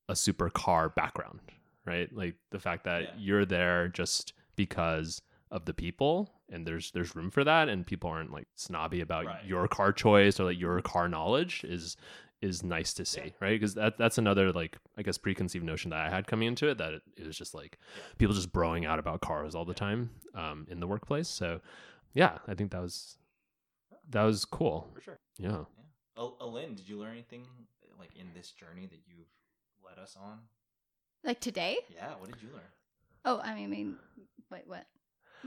a supercar background, right? Like the fact that
Yeah.
you're there just because of the people and there's there's room for that and people aren't like snobby about
Right.
your car choice or like your car knowledge is is nice to see, right? Because that that's another like I guess preconceived notion that I had coming into it that it, it was just like people just broing out about cars all the time um, in the workplace. So yeah, I think that was that was cool.
For sure.
Yeah.
Al- Alin, did you learn anything like in this journey that you've led us on?
like today?
Yeah. What did you learn?
Oh, I mean, I mean wait, what?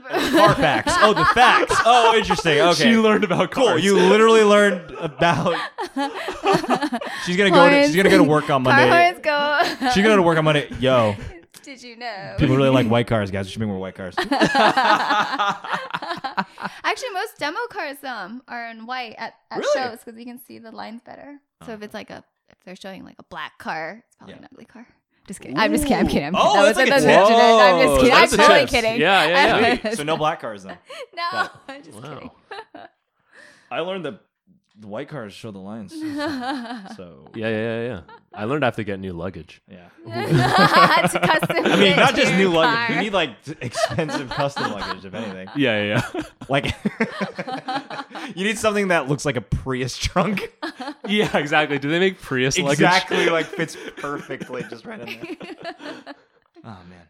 Car facts. Oh, the facts. Oh, interesting. Okay.
She learned about cars.
cool. You literally learned about. Oh, She's gonna go. To, she's gonna go to work on Monday.
Car horns go.
She's gonna go to work on Monday. Yo,
Did you know?
people really like white cars, guys. We should make more white cars.
Actually, most demo cars um are in white at, at
Really?
shows because you can see the lines better. So if it's like a if they're showing like a black car, it's probably
Yeah.
an ugly car. Just kidding. I'm just kidding. I'm kidding. I'm
Ooh.
kidding.
Oh, that's like a
that's
tip.
that's I'm
Whoa,
just kidding.
that's
I'm
a
totally
tip.
kidding.
Yeah, yeah,
I'm
yeah.
Sweet. so no black cars then.
No, I'm just
Wow.
I learned that the white cars show the lines.
kidding.
So
Yeah, yeah, yeah, yeah. I learned I have to get new luggage.
yeah.
It's custom
I mean,
fit
not
to
just
your
new
car.
luggage. You need like expensive custom luggage, if anything.
Yeah, yeah, yeah.
Like, you need something that looks like a Prius trunk.
yeah, exactly. Do they make Prius luggage?
Exactly, like fits perfectly, just right in there. Oh man.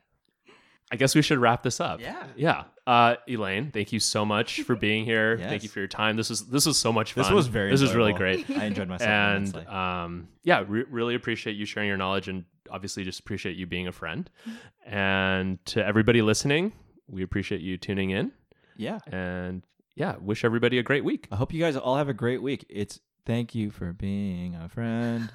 I guess we should wrap this up.
Yeah.
Yeah. Uh, Elaine, thank you so much for being here. Thank you
Yes.
for your time. This was this was so much fun.
This was very.
This was really
enjoyable.
great.
I enjoyed myself.
and
immensely.
um, yeah, re- really appreciate you sharing your knowledge and obviously just appreciate you being a friend. And to everybody listening, we appreciate you tuning in
yeah.
and yeah, wish everybody a great week.
I hope you guys all have a great week. It's thank you for being a friend.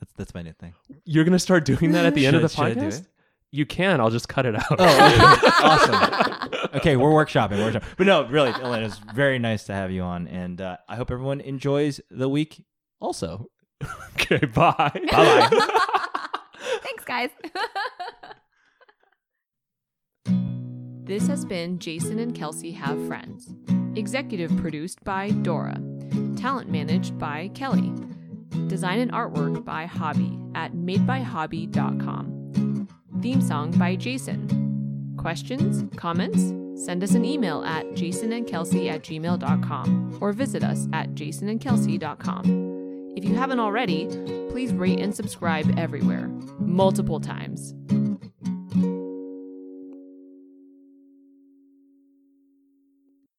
That's that's my new thing.
You're going to start doing that at the end of the
Should- should I do
podcast?
it? Oh,
You can. I'll just cut it out.
awesome. Okay, we're workshopping. We're workshopping. But no, really, Ellen, it's very nice to have you on, and uh, I hope everyone enjoys the week. Also,
okay, bye.
Thanks, guys.
This has been Jason and Kelsey Have Friends. Executive produced by Dora. Talent managed by Kelly. Design and artwork by Hobby at madebyhobby.com. Theme song by Jason. Questions? Comments? Send us an email at jasonandkelsey at gmail.com or visit us at jasonandkelsey.com. If you haven't already, please rate and subscribe everywhere, multiple times.